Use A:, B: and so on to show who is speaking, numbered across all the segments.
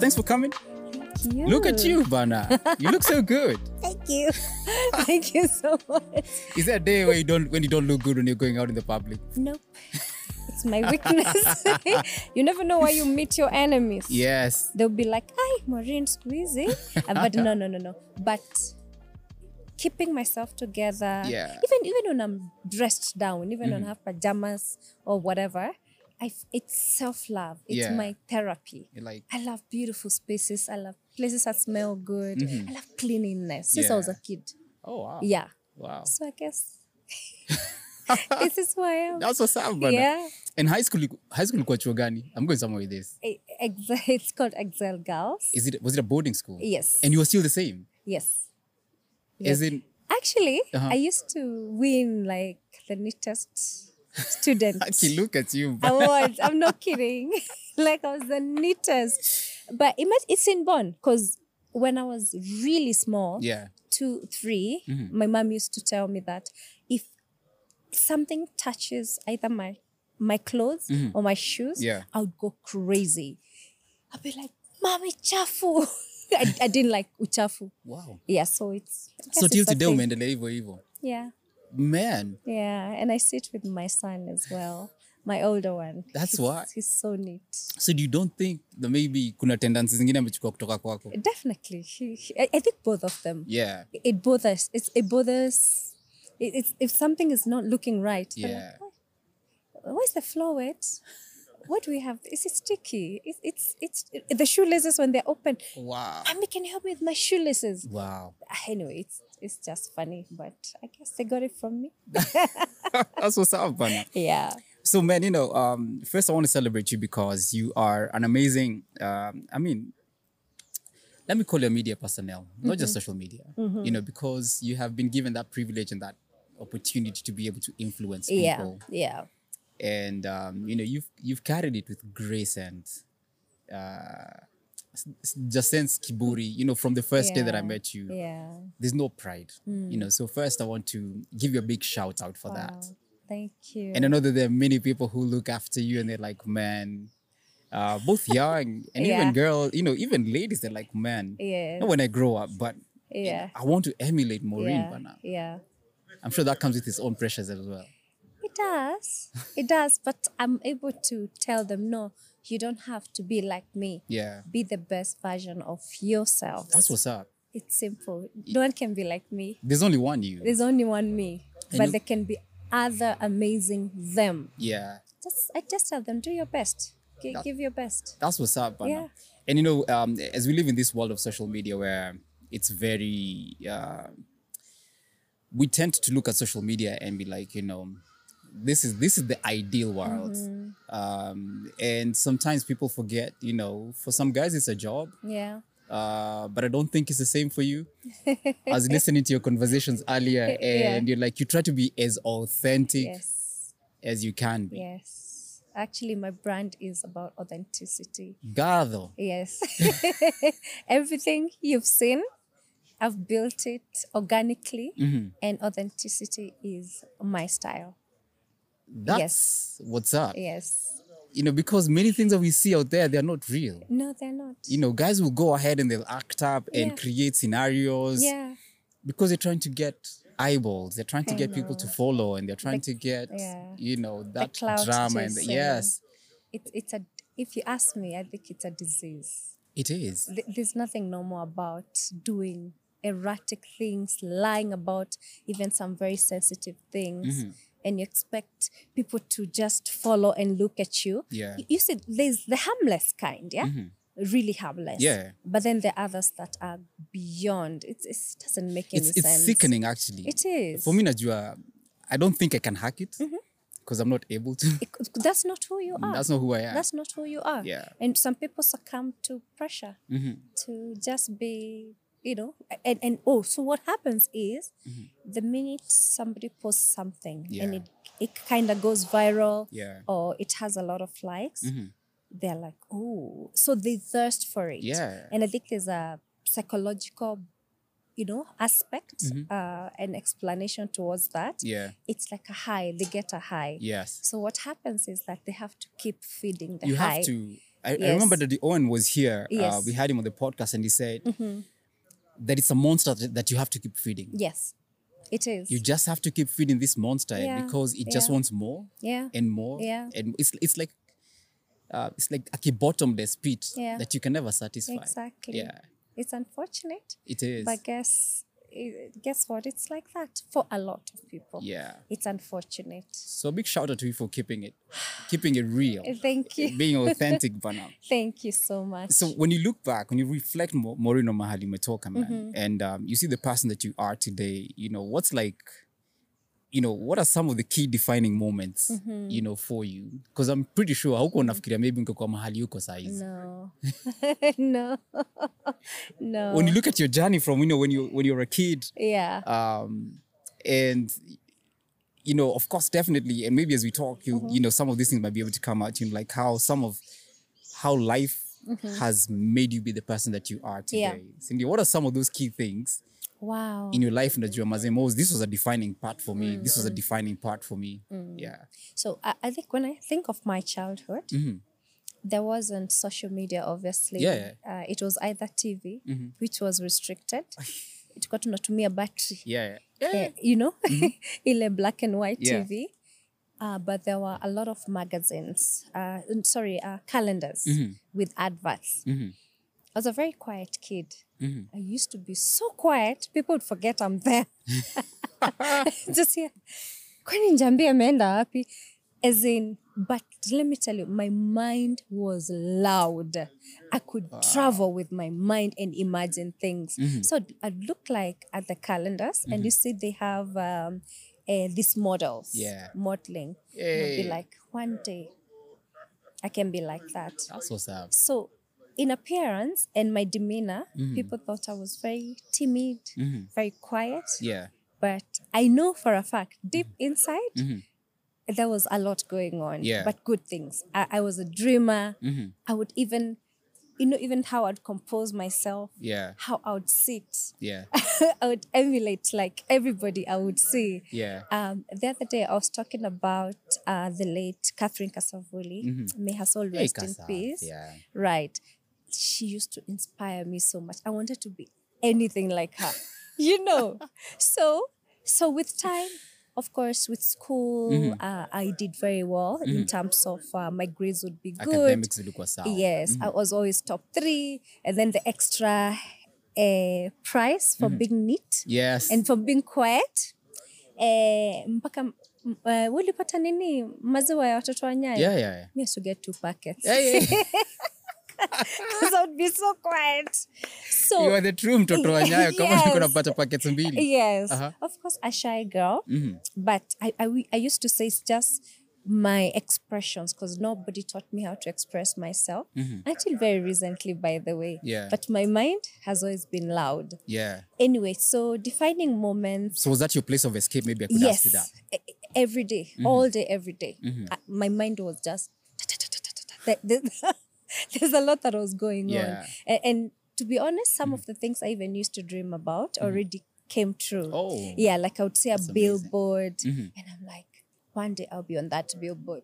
A: Thanks for coming.
B: Thank you.
A: Look at you, Bana. You look so good.
B: Thank you. Thank you so much.
A: Is there a day where you don't when you don't look good when you're going out in the public?
B: Nope. It's my weakness. you never know where you meet your enemies.
A: Yes.
B: They'll be like, "Hi, Maureen, squeezy," Uh, but no, no, no, no. But keeping myself together.
A: Yeah. Mm-hmm.
B: Even even when I'm dressed down, even when I have pajamas or whatever, I f- it's self love. It's
A: Yeah.
B: my therapy.
A: You're like
B: I love beautiful spaces. I love places that smell good. I love cleanliness since I was a
A: Mm-hmm. Yeah.
B: kid.
A: oh wow.
B: Yeah.
A: Wow.
B: So I guess this is who I am.
A: That's what's up, Bana.
B: yeah.
A: And high school high school ilikuwa chuo gani? I'm going somewhere with this.
B: E- ex- It's called Exile Girls.
A: Is it was it a boarding school?
B: Yes.
A: And you were still the same.
B: yes.
A: As in
B: Actually,
A: Uh-huh.
B: I used to win like the neatest student
A: actually look at you, Bana.
B: awards. I'm not kidding. like I was the neatest. But imagine it's in Bonn because when I was really small,
A: Yeah.
B: two, three,
A: Mm-hmm.
B: my mom used to tell me that if something touches either my my clothes or my shoes,
A: Mm-hmm. Yeah.
B: I'll go crazy. I'll be like, "Mommy, chafu." I, I didn't like uchafu.
A: Wow.
B: Yeah, so it's I guess
A: So till
B: it's a
A: today
B: thing.
A: umeendelea hivyo hivyo.
B: Yeah,
A: Man,
B: yeah, and I sit with my son as well, my older one.
A: That's
B: he's,
A: why.
B: he's so neat.
A: so you don't think that maybe kuna tendencies zingine amechukua kutoka kwako?
B: Definitely, he, he- I, I think both of them.
A: Yeah.
B: it bothers. It's, it bothers. It, it's, if something is not looking right, they're like,
A: Yeah.
B: "Oh, where's the floor wet? What do we have? Is it sticky? It, it's it's the shoelaces when they're open.
A: Wow.
B: Mommy, can you help me with my shoelaces? Ah,
A: Wow.
B: Anyway, it's it's just funny, but I guess they got it from me.
A: That's what's up, Bana.
B: Yeah.
A: So, man, you know, um, first I want to celebrate you because you are an amazing. Um, I mean, let me call you a media personnel, not just
B: Mm-hmm.
A: social media. You know, because you have been given that privilege and that opportunity to be able to influence
B: Yeah.
A: people,
B: Yeah.
A: and um, you know, you've you've carried it with grace and. Uh, s- s- just sense kiburi, you know, from the first day that I
B: Yeah.
A: met you,
B: Yeah. Mm.
A: there's no pride, you know. So first, I want to give you a big shout out for that.
B: Wow. Thank you.
A: And I know that there are many people who look after you and they're like, man, uh, both young and even
B: Yeah.
A: girl, you know, even ladies, they're like, man,
B: Yes.
A: not when I grow up, but
B: yeah.
A: I want to emulate Maureen
B: Yeah.
A: Bana.
B: Yeah.
A: I'm sure that comes with its own pressures as well.
B: It does. It does. But I'm able to tell them, no, you don't have to be like me.
A: Yeah.
B: Be the best version of yourself.
A: That's what's up.
B: it's simple. No one can be like me.
A: There's only one you.
B: There's only one me.
A: And you-
B: But there can be other amazing them.
A: Yeah.
B: Just I just tell them, do your best. G-
A: That-
B: give your best.
A: That's what's up, Bana.
B: Yeah.
A: And you know, um, as we live in this world of social media where it's very, uh, we tend to look at social media and be like, you know, this is this is the ideal world,
B: Mm-hmm.
A: um, and sometimes people forget. You know, for some guys it's a job,
B: Yeah.
A: uh, but I don't think it's the same for you. I was listening to your conversations earlier, and
B: Yeah.
A: you're like, you try to be as authentic
B: Yes.
A: as you can be.
B: Yes. Actually, my brand is about authenticity.
A: Gado.
B: Yes. Everything you've seen, I've built it organically,
A: Mm-hmm.
B: and authenticity is my style.
A: that's what's up.
B: Yes.
A: you know, because many things that we see out there, they're not real.
B: No, they're not.
A: You know, guys will go ahead and they'll act up and
B: Yeah.
A: create scenarios
B: yeah.
A: because they're trying to get eyeballs. They're trying to
B: I
A: get people to follow and they're trying to get,
B: yeah.
A: you know, that
B: clout
A: drama. And the,
B: chasing.
A: yes,
B: It, it's a. If you ask me, I think it's a disease.
A: it is.
B: Th- There's nothing normal about doing erratic things, lying about even some very sensitive things,
A: Mm-hmm.
B: and you expect people to just follow and look at you.
A: Yeah. Mm-hmm.
B: Y- You see, there's the harmless kind, yeah? Really harmless.
A: Yeah.
B: But then there are others that are beyond. It, it doesn't make any
A: It's,
B: sense.
A: it's sickening, actually.
B: It is. Mm-hmm.
A: For me, Najua, I don't think I can hack it because I'm not able to.
B: It c- that's not who you are.
A: That's not who I am.
B: Ah, That's not who you are.
A: Yeah. Mm-hmm.
B: And some people succumb to pressure to just be, you know, and, and oh, so what happens is the minute somebody posts something and
A: Mm-hmm. Yeah.
B: it, it kind of goes viral
A: Yeah. Mm-hmm.
B: or it has a lot of likes, they're like, oh, so they thirst for it.
A: Yeah.
B: And I think there's a psychological, you know, aspect,
A: Mm-hmm.
B: uh, an explanation towards that.
A: Yeah.
B: It's like a high, they get a high.
A: Yes.
B: So what happens is that they have to keep feeding the
A: You
B: high.
A: have to I, I
B: Yes.
A: remember that the Owen was here. Uh,
B: Yes. Mm-hmm.
A: we had him on the podcast, and he said that it's a monster that that you have to keep feeding.
B: Yes, it is.
A: You just have to keep feeding this monster
B: Yeah,
A: because it just
B: yeah.
A: wants more
B: yeah.
A: and more.
B: Yeah.
A: and it's it's like uh, it's like a bottomless pit
B: Yeah.
A: that you can never satisfy.
B: Exactly.
A: Yeah,
B: It's unfortunate,
A: it is.
B: but guess i- guess what? It's like that for a lot of people.
A: yeah.
B: It's unfortunate.
A: So big shout out to you for keeping it, keeping it real,
B: Eh, Thank you.
A: being authentic, Banam.
B: Thank you so much.
A: So when you look back, when you reflect mo- Moreno Mahali Metoka, man, and um, you see the person that you are today, you know, what's like, you know, what are some of the key defining moments,
B: Mm-hmm.
A: you know, for you? Because I'm pretty sure hauko unafikiria maybe ungekuwa mahali uko saizi.
B: no, no, no.
A: When you look at your journey from, you know, when you when you're a kid,
B: yeah.
A: um, and you know, of course, definitely, and maybe as we talk, you
B: Mm-hmm.
A: you know, some of these things might be able to come out, you know, like how some of how life has made you be the person that you are today.
B: Mm-hmm. Yeah. Oh.
A: Cindy, what are some of those key things
B: wow.
A: in your life that you are Mazemos? This was a defining part for me. This was
B: Mm.
A: a defining part for me. Yeah.
B: So I, I think when I think of my childhood, there wasn't social media, obviously.
A: Mm-hmm. Yeah, Mm-hmm.
B: Uh, it was either TV, which was restricted. tulikuwa tunatumia battery
A: Yeah. Mm-hmm.
B: eh, you know ile black and white
A: Yeah.
B: tv uh, but there were a lot of magazines uh, n- sorry uh, calendars
A: Mm-hmm.
B: with adverts i was a very quiet kid i used to be so quiet people would forget i'm there just here kwani njambia ameenda wapi as in but let me tell you my mind was loud i could travel with my mind and imagine things so i'd look like at the calendars and you see they have um, uh, these models
A: Yeah.
B: modeling And I'd
A: Yay.
B: be like one day i can be like that
A: That's what's up.
B: so in appearance and my demeanor
A: Mm-hmm.
B: people thought i was very timid very quiet
A: Yeah.
B: but I know for a fact, deep inside, there was a lot going on.
A: Mm-hmm. Yeah. Mm-hmm.
B: But good things. I, I was a dreamer. I would even, you know, even how I'd compose myself,
A: Yeah.
B: how I would sit.
A: Yeah.
B: I would emulate like everybody I would see.
A: Yeah.
B: Um, the other day, I was talking about uh, the late Catherine Casavoli. May her soul
A: Mm-hmm. Hey,
B: rest in
A: Kasa.
B: peace.
A: Yeah.
B: Right. She used to inspire me so much. I wanted to be anything like her, you know. So, so with time, of course, with school,
A: Mm-hmm.
B: uh, I did very well in terms of uh, my grades would be good.
A: Academics Mm-hmm. look what's up.
B: Yes, I was always top three, and then the extra uh, prize for being neat
A: Mm-hmm. Yes.
B: and for being quiet. Eh, mpaka m- eh, ulipata nini maziwa ya watoto wa nyayo?
A: yeah. Yeah. Yeah.
B: Me, I used to get two packets.
A: yeah, yeah.
B: because I would be so quiet. So
A: you are the true mtoto wa nyayo kama ulikuwa
B: Yes.
A: unapata packets mbili
B: yes,
A: Uh-huh. Mm-hmm.
B: of course, a shy girl, but I, I we- I used to say it's just my expressions because nobody taught me how to express myself until very recently, by the way.
A: Mm-hmm. Yeah.
B: But my mind has always been loud.
A: yeah
B: Anyway, so defining moments.
A: so was that your place of escape maybe i could ask you that Mm-hmm.
B: yes, e- e- every day, all day, every day. Uh, my mind was just. There- there- There's a lot that was going
A: Yeah. Mm-hmm.
B: on, and, and to be honest, some of the things I even used to dream about already came true.
A: Oh.
B: yeah, like I would see a
A: amazing. Mm-hmm.
B: billboard, and I'm like, one day I'll be on that billboard,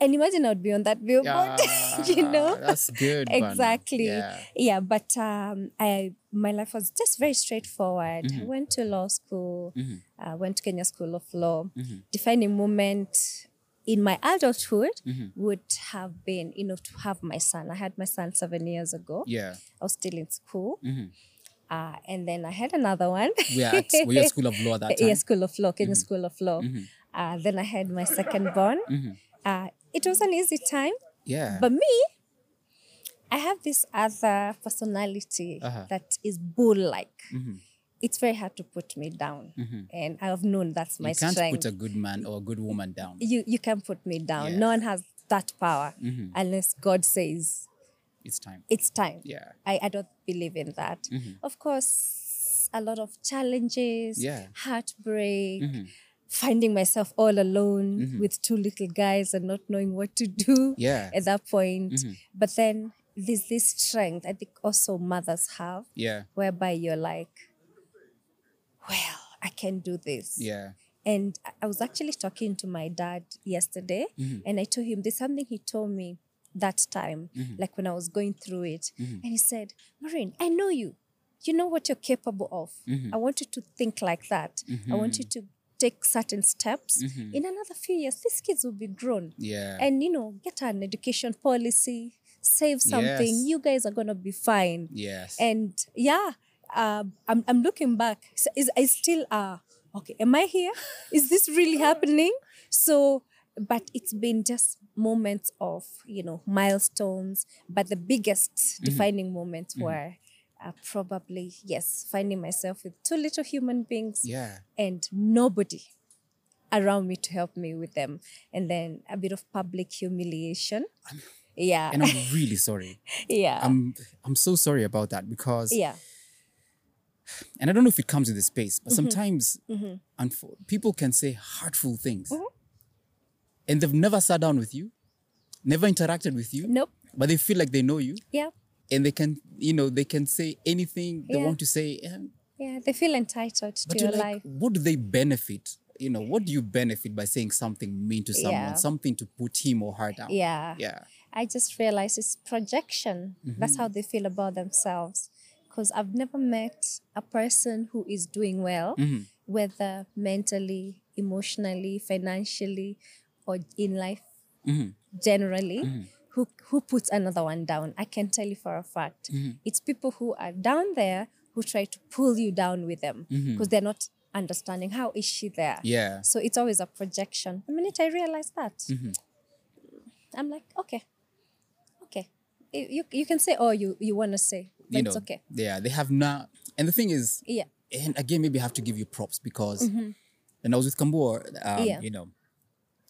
B: and imagine I would be on that billboard, you know?
A: that's good Bana.
B: exactly
A: yeah.
B: yeah, but um i my life was just very straightforward
A: Mm-hmm.
B: I went to law school uh, went to kenya school of law
A: Mm-hmm.
B: defining moment in my adulthood
A: Mm-hmm.
B: would have been you know to have my son i had my son seven years ago
A: yeah Mm-hmm.
B: i was still in school uh, and then i had another one
A: we are at we are school of law at that time Mm-hmm.
B: yeah, School of Law, Kenya School of Law. Uh, then I had my second born. Uh, it was an easy time.
A: Mm-hmm. yeah
B: But me, I have this other personality
A: Uh-huh.
B: that is bull like.
A: Mm-hmm.
B: It's very hard to put me down. And I have known that's my
A: you can't
B: strength.
A: put a good man or a good woman down
B: you, you can put me down.
A: Yeah.
B: No one has that power unless God says
A: it's time
B: it's time.
A: yeah Mm-hmm.
B: I, I don't believe in that. Of course, a lot of challenges,
A: Yeah. Mm-hmm.
B: heartbreak, finding myself all alone with two little guys and not knowing what to do
A: Yeah. Mm-hmm.
B: at that point. But then there's this strength I think also mothers have,
A: yeah
B: whereby you're like, well, I can do this.
A: yeah
B: And
A: Mm-hmm.
B: I- I was actually talking to my dad yesterday, and I told him there's something he told me that time,
A: Mm-hmm.
B: like when I was going through it. And he said, Maureen, I know you. You know what you're capable of.
A: Mm-hmm.
B: I want you to think like that. I want you to take certain steps. In another few years, these kids will be grown.
A: Mm-hmm. Yeah.
B: And, you know, get an education policy, save something.
A: Yes.
B: You guys are going to be fine
A: yes.
B: and yeah um, I'm, I'm looking back so is i still uh okay am i here is this really happening so but it's been just moments of you know milestones but the biggest
A: Mm-hmm.
B: defining moments were uh, probably yes finding myself with two little human beings
A: yeah.
B: and nobody around me to help me with them and then a bit of public humiliation yeah
A: And I'm really sorry.
B: yeah
A: I'm I'm so sorry about that because
B: yeah
A: and I don't know if it comes in the space,
B: Mm-hmm.
A: but sometimes unfo- people can say hurtful things,
B: Mm-hmm.
A: and they've never sat down with you, never interacted with you,
B: nope
A: but they feel like they know you,
B: yeah
A: and they can, you know, they can say anything they
B: Yeah.
A: want to say. And,
B: Yeah, they feel entitled
A: but
B: to
A: you're
B: your
A: like,
B: life.
A: what do they benefit? You know, what do you benefit by saying something mean to someone,
B: Yeah.
A: something to put him or her down?
B: Yeah.
A: yeah, Mm-hmm.
B: I just realized it's projection. That's how they feel about themselves. Because I've never met a person who is doing well,
A: Mm-hmm.
B: whether mentally, emotionally, financially, or in life
A: Mm-hmm.
B: generally, who, who puts another one down. I can tell you for a fact.
A: Mm-hmm.
B: It's people who are down there who try to pull you down with them because
A: Mm-hmm.
B: they're not understanding how is she there.
A: yeah.
B: So it's always a projection. The minute I realized that,
A: Mm-hmm.
B: I'm like, okay, okay. You, you, you can say all you, you want to say, but
A: you know,
B: it's okay.
A: yeah, they have not. And the thing is,
B: Yeah,
A: and again, maybe I have to give you props because when I was with Kambua, um,
B: Mm-hmm. Yeah. Mm-hmm.
A: you know,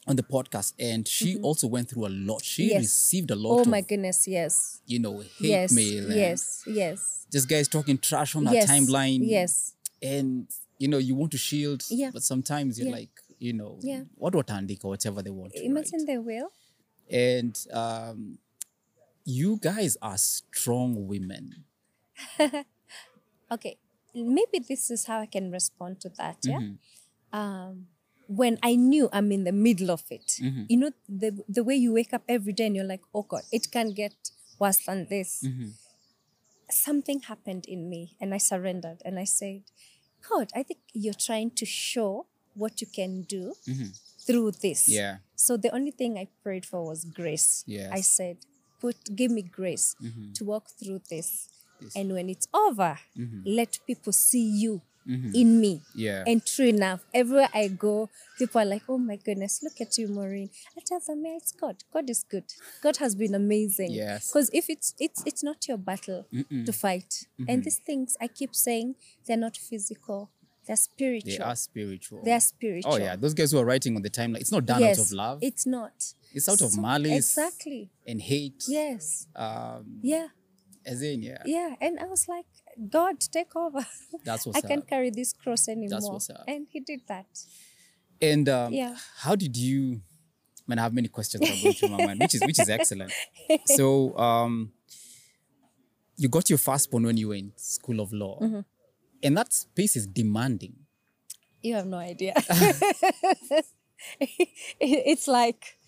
A: on the podcast, and she also went through a lot. She
B: Yes.
A: received a lot
B: Oh
A: of,
B: my goodness, yes.
A: you know, hate
B: Yes,
A: mail. and
B: yes, yes.
A: Just guys talking trash on
B: yes,
A: her timeline.
B: Yes,
A: And, you know, you want to shield,
B: Yeah.
A: but sometimes you're
B: Yeah.
A: like, you know,
B: Yeah.
A: what watandika, whatever they want to.
B: imagine
A: write.
B: they will.
A: And um, you guys are strong women.
B: Okay, maybe this is how I can respond to that. Yeah.
A: Mm-hmm.
B: Um, when I knew I'm in the middle of it,
A: Mm-hmm.
B: you know, the, the way you wake up every day and you're like, oh God, it can get worse than this. Something happened in me and I surrendered and I said, God, I think you're trying to show what you can do through this.
A: Mm-hmm. Yeah.
B: So the only thing I prayed for was grace.
A: Yes. Mm-hmm.
B: I said, "Put, give me grace to walk through this, and when it's over,
A: Mm-hmm.
B: let people see you in me."
A: Yeah.
B: And true enough, everywhere I go, people are like, "Oh my goodness, look at you, Maureen." I tell them, "Yeah, it's God. God is good. God has been amazing."
A: Yes.
B: Because if it's it's it's not your battle to fight,
A: Mm-hmm.
B: and these things I keep saying, they're not physical, they're spiritual.
A: they are spiritual.
B: They're spiritual.
A: Oh yeah, those guys who are writing on the timeline, it's not done out of love.
B: It's not.
A: It's out of malice.
B: Exactly.
A: and hate.
B: Yes.
A: Um,
B: Yeah.
A: as in, yeah,
B: Yeah. And I was like, God, take over.
A: that's
B: I
A: what's
B: can't
A: up.
B: carry this cross anymore.
A: what's up.
B: And he did that.
A: And um,
B: Yeah.
A: how did you? Man, I have many questions that are going through my mind, which is which is excellent. So, um, you got your firstborn when you were in school of law,
B: Mm-hmm.
A: and that space is demanding.
B: You have no idea. it's like,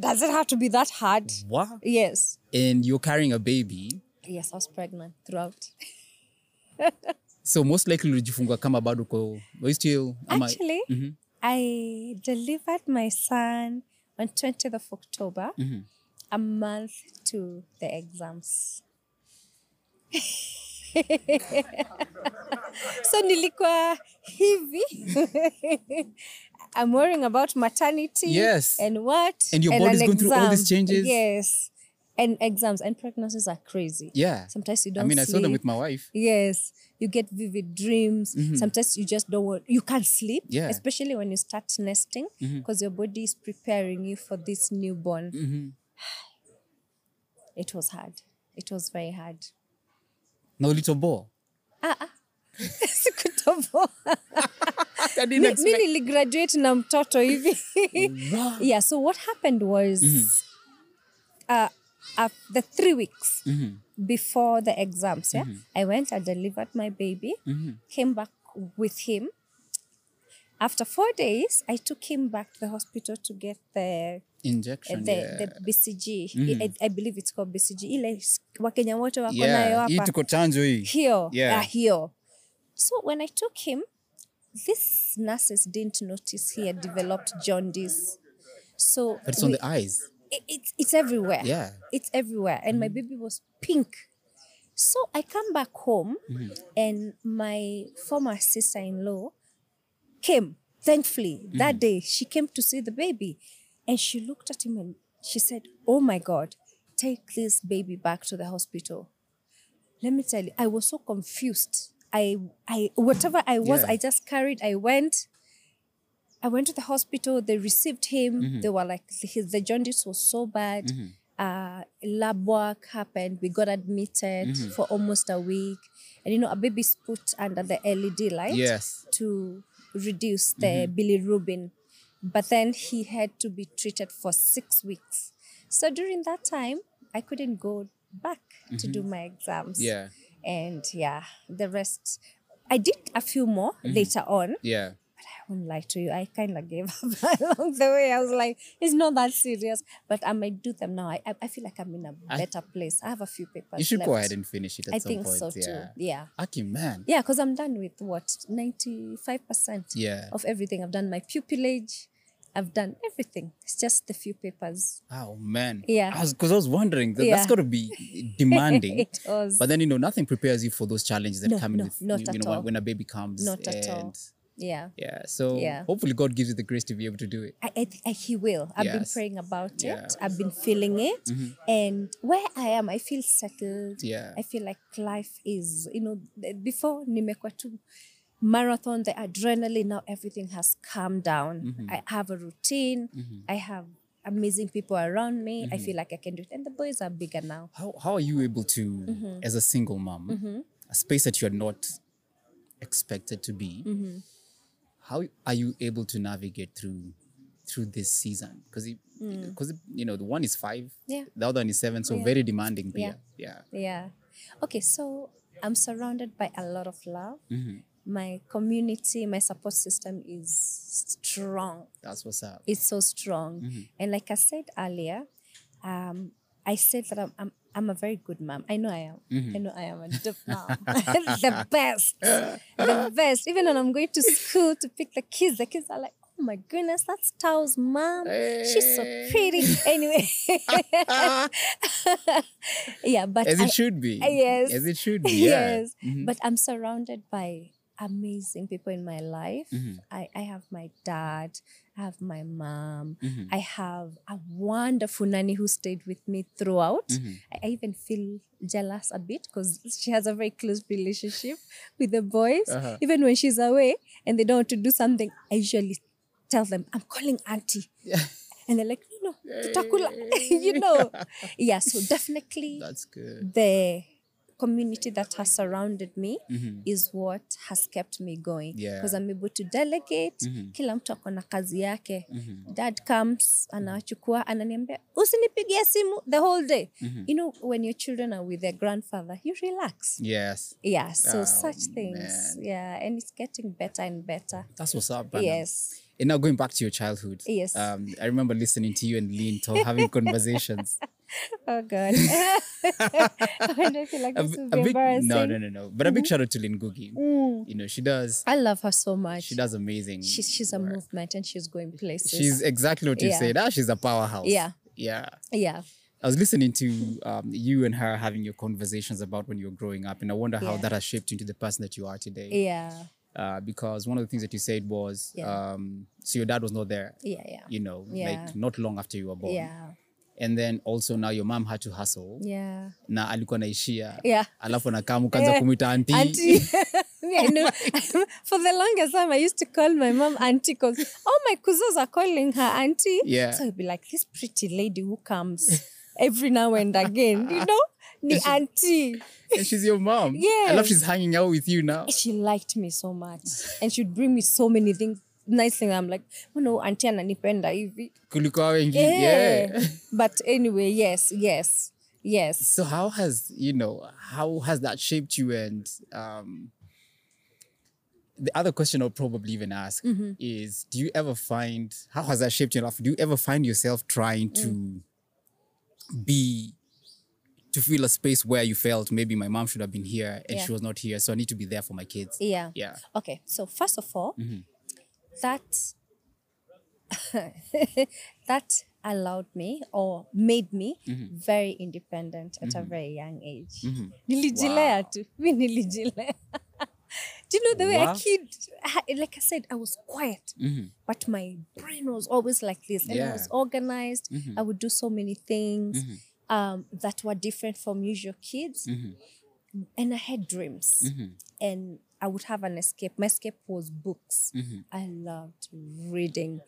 B: does it have to be that hard?
A: Wow.
B: Yes.
A: And you're carrying a baby,
B: Yes, I was pregnant throughout.
A: so most likely ulijifungua kama bado uko we still am I-
B: Actually,
A: Mhm.
B: I delivered my son on 20th of October,
A: Mhm.
B: a month to the exams. so nilikuwa hivi i'm worrying about maternity
A: Yes.
B: and what
A: And your body's
B: an
A: going through all these
B: exam.
A: changes.
B: yes and exams and pregnancies are crazy
A: Yeah.
B: sometimes you
A: I
B: don't
A: mean, I saw them
B: sleep.
A: with my wife.
B: Yes, you get vivid dreams. Sometimes you just don't want, you can't sleep,
A: Yeah.
B: especially when you start nesting because your body is preparing you for this newborn. It was hard. It was very hard.
A: na ulitoboa
B: Sikutoboa.
A: I didn't
B: Mi mi niligraduate na mtoto hivi.
A: Wow.
B: yeah, so what happened was uh, uh, the three weeks before the exams, yeah, I went, I delivered my baby, came back with him. After four days, I took him back to the hospital to get the
A: injection
B: the,
A: yeah.
B: the BCG. I, I believe it's called BCG. Ile s- Wakenya wote wako nayo
A: yeah. hii
B: hapa.
A: tuko chanjo hii
B: Hiyo,
A: Yeah.
B: yeah, hiyo. uh, So when I took him, these nurses didn't notice he had developed jaundice. So
A: but it's on
B: we-
A: the eyes
B: it- it's it's everywhere.
A: Yeah. Mm-hmm.
B: It's everywhere. And my baby was pink. So I come back home
A: Mm-hmm.
B: and my former sister in law came. Thankfully,
A: Mm-hmm.
B: that day she came to see the baby and she looked at him and she said, Oh my God, take this baby back to the hospital. Let me tell you, I was so confused. I, I whatever I was,
A: Yeah.
B: I just carried, I went. I went to the hospital. They received him.
A: Mm-hmm.
B: They were like, his, the jaundice was so bad. Uh, lab work happened. We got admitted for almost a week. And you know, a baby's put under the LED light
A: yes
B: to reduce the bilirubin. But then he had to be treated for six weeks. So during that time, I couldn't go back to do my exams.
A: yeah
B: And yeah, the rest. I did a few more later on.
A: yeah
B: I won't lie to you. I kind of gave up along the way. I was like, it's not that serious, but I might do them now. I, I- I feel like I'm in a
A: I-
B: better place. I have a few papers.
A: you should
B: left.
A: go ahead and finish it at
B: I
A: some
B: think
A: point
B: so too.
A: yeah
B: Yeah.
A: aki man
B: Yeah, because I'm done with what? 95%
A: yeah
B: of everything. I've done my pupillage. I've done everything. It's just the few papers.
A: oh man
B: Yeah.
A: i was because i was wondering that, that's
B: Yeah.
A: got to be demanding
B: it was.
A: But then you know, nothing prepares you for those challenges that
B: No,
A: come in
B: no,
A: with
B: not
A: you, you
B: at
A: know when-
B: all.
A: when a baby comes.
B: Not at all.
A: and-
B: yeah.
A: Yeah. So
B: Yeah.
A: hopefully God gives you the grace to be able to do it.
B: I, I, I, he will. I've been
A: Yes.
B: praying about
A: Yeah. Mm-hmm.
B: it. I've been feeling it. And where I am, I feel settled.
A: Yeah.
B: I feel like life is, you know, th- before nimekuwa tu marathon, the adrenaline, now everything has calmed down. I have a routine. I have amazing people around me. I feel like I can do it. And the boys are bigger now.
A: How how are you able to,
B: Mm-hmm.
A: as a single mom, a space that you are not expected to be?
B: Mm-hmm.
A: How are you able to navigate through through this season? Because because you know the one is five,
B: Mm. Yeah.
A: the other one is seven, so
B: Yeah.
A: very demanding.
B: Yeah.
A: Yeah. Yeah.
B: Yeah. Okay, so I'm surrounded by a lot of love.
A: Mm-hmm.
B: My community, my support system is strong.
A: That's what's up.
B: It's so strong.
A: Mm-hmm.
B: And like I said earlier, um, I said that I'm, I'm, I'm a very good mom. I know I am.
A: Mm-hmm.
B: I know I am a dope mom. the best. The best. Even when I'm going to school to pick the kids, the kids are like, oh my goodness, that's Tao's mom. She's so
A: Hey. Ah,
B: pretty. Anyway. yeah, but
A: As
B: I-
A: it should be.
B: I- yes.
A: As it should be. Yeah. Mm-hmm.
B: yes but i'm surrounded by amazing people in my life
A: Mm. Mm-hmm.
B: I, I have my dad i have my mom
A: Mm-hmm.
B: i have a wonderful nanny who stayed with me throughout
A: Mm. Mm-hmm.
B: I, I even feel jealous a bit because she has a very close relationship with the boys
A: Uh-huh.
B: even when she's away and they don't want to do something i usually tell them i'm calling auntie and they're like no no tutakula you know yeah so definitely
A: That's good.
B: the community that has surrounded me
A: Mm-hmm.
B: is what has kept me going
A: Yeah. Mm.
B: because I'm able to delegate
A: Mm-hmm.
B: kila mtu ako na kazi yake dad comes anawachukua ananiambia usinipigie simu the whole day you know when your children are with their grandfather you relax
A: Yes.
B: yeah so
A: Oh,
B: such things
A: man.
B: yeah and it's getting better and better
A: That's what's up. Bana.
B: yes
A: And now going back to your childhood.
B: Yes.
A: Um, I remember listening to you and Lean talk, having conversations.
B: oh god i feel like
A: A
B: this
A: b-
B: will
A: a
B: be
A: big, no,
B: embarrassing Mm-hmm. Mm.
A: no, no, no. But a big shout out to Lynn Googie. You know, she does.
B: i love her so much
A: She does amazing.
B: she's she's a movement and she's going places.
A: she's exactly what you
B: Yeah.
A: said. Ah, she's a powerhouse.
B: Yeah.
A: Yeah.
B: yeah,
A: I was listening to um, you and her having your conversations about when you were growing up, and I wonder how
B: Yeah.
A: that has shaped you into the person that you are today.
B: yeah,
A: Uh, because one of the things that you said was,
B: Yeah.
A: um, so your dad was not there,
B: yeah, yeah,
A: you know,
B: Yeah.
A: like not long after you were born.
B: yeah,
A: And then also now your mom had to hustle.
B: yeah,
A: na alikuwa naishia
B: yeah.
A: alafu anakaa mkaanza
B: Eh,
A: kumwita anti
B: Auntie, Me, I know. For the longest time, I used to call my mom auntie because all my cousins are calling her auntie.
A: Yeah.
B: So I'd be like, this pretty lady who comes every now and again, you know, the auntie.
A: And she's your mom
B: Yes.
A: i love she's hanging out with you now
B: She liked me so much, and she'd bring me so many things, nice things. I'm like, oh no, auntie ananipenda hivi.
A: kuliko hao wengine
B: Yeah.
A: yeah.
B: but anyway, yes, yes, yes.
A: so how has you know how has that shaped you and um the other question I'll probably even ask
B: Mm-hmm.
A: is do you ever find how has that shaped your life? Do you ever find yourself trying to
B: Mm.
A: be to feel a space where you felt maybe my mom should have been here and
B: Yeah.
A: she was not here, so I need to be there for my kids.
B: Yeah.
A: Yeah.
B: Okay. So first of all, that that allowed me or made me very independent at a very young age. Nilijilea tu. Mi nilijilea. Do you know the way
A: Wow.
B: a kid, I- like I said, I was quiet,
A: Mm-hmm.
B: but my brain was always like this. And I was
A: Yeah.
B: organized. I would do so many things um, that were different from usual kids. And I had dreams. And I would have an escape. My escape was books. I loved reading.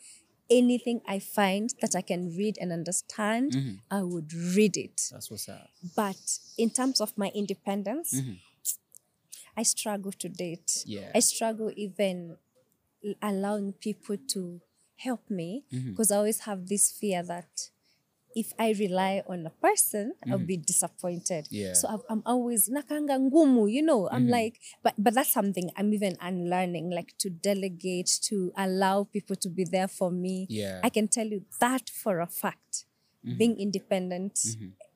B: Anything I find that I can read and understand, I would read it.
A: That's what's up.
B: But in terms of my independence, I struggle to date.
A: Yeah.
B: I struggle even l- allowing people to help me
A: Mm-hmm.
B: because I always have this fear that if I rely on a person, I'll be disappointed.
A: Mm-hmm. Yeah. Mm-hmm.
B: So I've- I'm always nakanga ngumu, you know. I'm like, but but that's something I'm even unlearning, like to delegate, to allow people to be there for me.
A: Yeah.
B: I can tell you that for a fact.
A: Mm-hmm.
B: Being independent,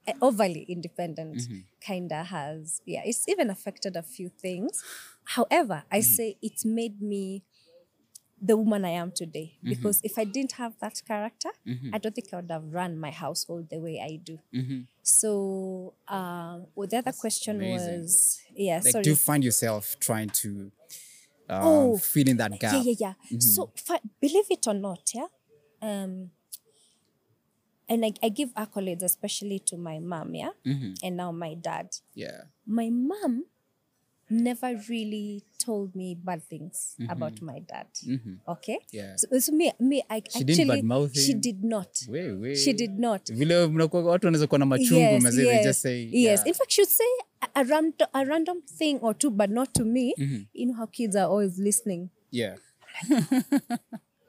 B: eh, overly independent,
A: Mm-hmm.
B: kinda has yeah. It's even affected a few things. However, I
A: Mm-hmm.
B: say it made me the woman I am today
A: Mm-hmm.
B: because if I didn't have that character, I don't think I would have run my household the way I do.
A: Mm-hmm.
B: So, um, well, the other question
A: amazing.
B: was yeah.
A: Like
B: sorry.
A: do you find yourself trying to um,
B: Oh.
A: fill in that gap?
B: Yeah, yeah, yeah.
A: Mm-hmm.
B: So fa- believe it or not, yeah. Um, and I, I give accolades especially to my mom, yeah,
A: Mm-hmm.
B: and now my dad.
A: Yeah.
B: My mom never really told me bad things
A: Mm-hmm.
B: about my dad. Okay.
A: Yeah.
B: So, so me, me, I
A: She didn't
B: actually
A: badmouth
B: she
A: him?
B: did not.
A: Wait, wait.
B: She did not.
A: vile mnakuwa watu wanaweza kuwa na machungu
B: Yes,
A: mazee they
B: yes,
A: just say
B: yes.
A: yeah.
B: In fact, she would say a, a, random, a random thing or two, but not to me.
A: Mm-hmm.
B: You know how kids are always listening.
A: yeah.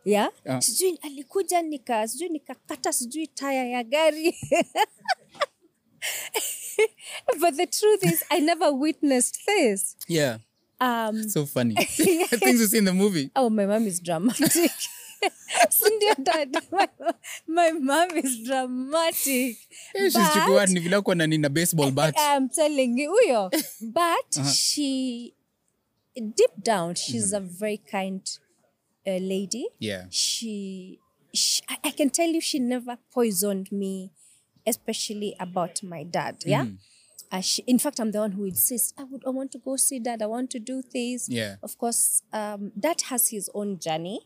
B: yeah
A: Ah.
B: sijui alikuja nika sijui nikakata sijui taya ya gari but the truth is i never witnessed this
A: Yeah.
B: um,
A: So funny. Things you see in the movie.
B: oh my mom is dramatic sindio dad my, my mom is dramatic
A: Eh, she's
B: But-
A: chukua ni vile ako na nina baseball bat.
B: I'm telling you, uyo. But
A: Uh-huh.
B: she, deep down, she's
A: Mm-hmm.
B: a very kind uh, lady.
A: Yeah.
B: She, she I, I can tell you, she never poisoned me, especially about my dad. Yeah.
A: Mm. Mm-hmm.
B: Uh, she, in fact, I'm the one who insists. I would. I want to go see dad. I want to do this.
A: Yeah.
B: Of course, um, dad has his own journey,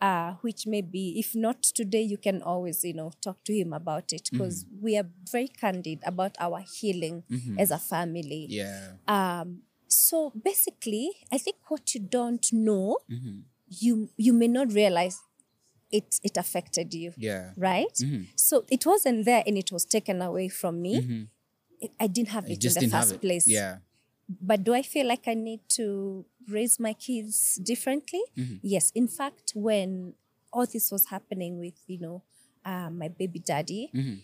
B: uh, which maybe if not today, you can always you know talk to him about it because we are very candid about our healing as a family.
A: Mm-hmm. Mm. Yeah.
B: Um, so basically, I think what you don't know,
A: Mm-hmm.
B: you you may not realize it it affected you,
A: Yeah. Mm-hmm.
B: right?
A: Mm.
B: So it wasn't there and it was taken away from me. It, I didn't have
A: You
B: it
A: Mm-hmm. just
B: in the
A: didn't have
B: first
A: it.
B: place.
A: Yeah.
B: But do I feel like I need to raise my kids differently?
A: Mm-hmm.
B: Yes. In fact, when all this was happening with, you know, uh, my baby daddy,
A: Mm-hmm.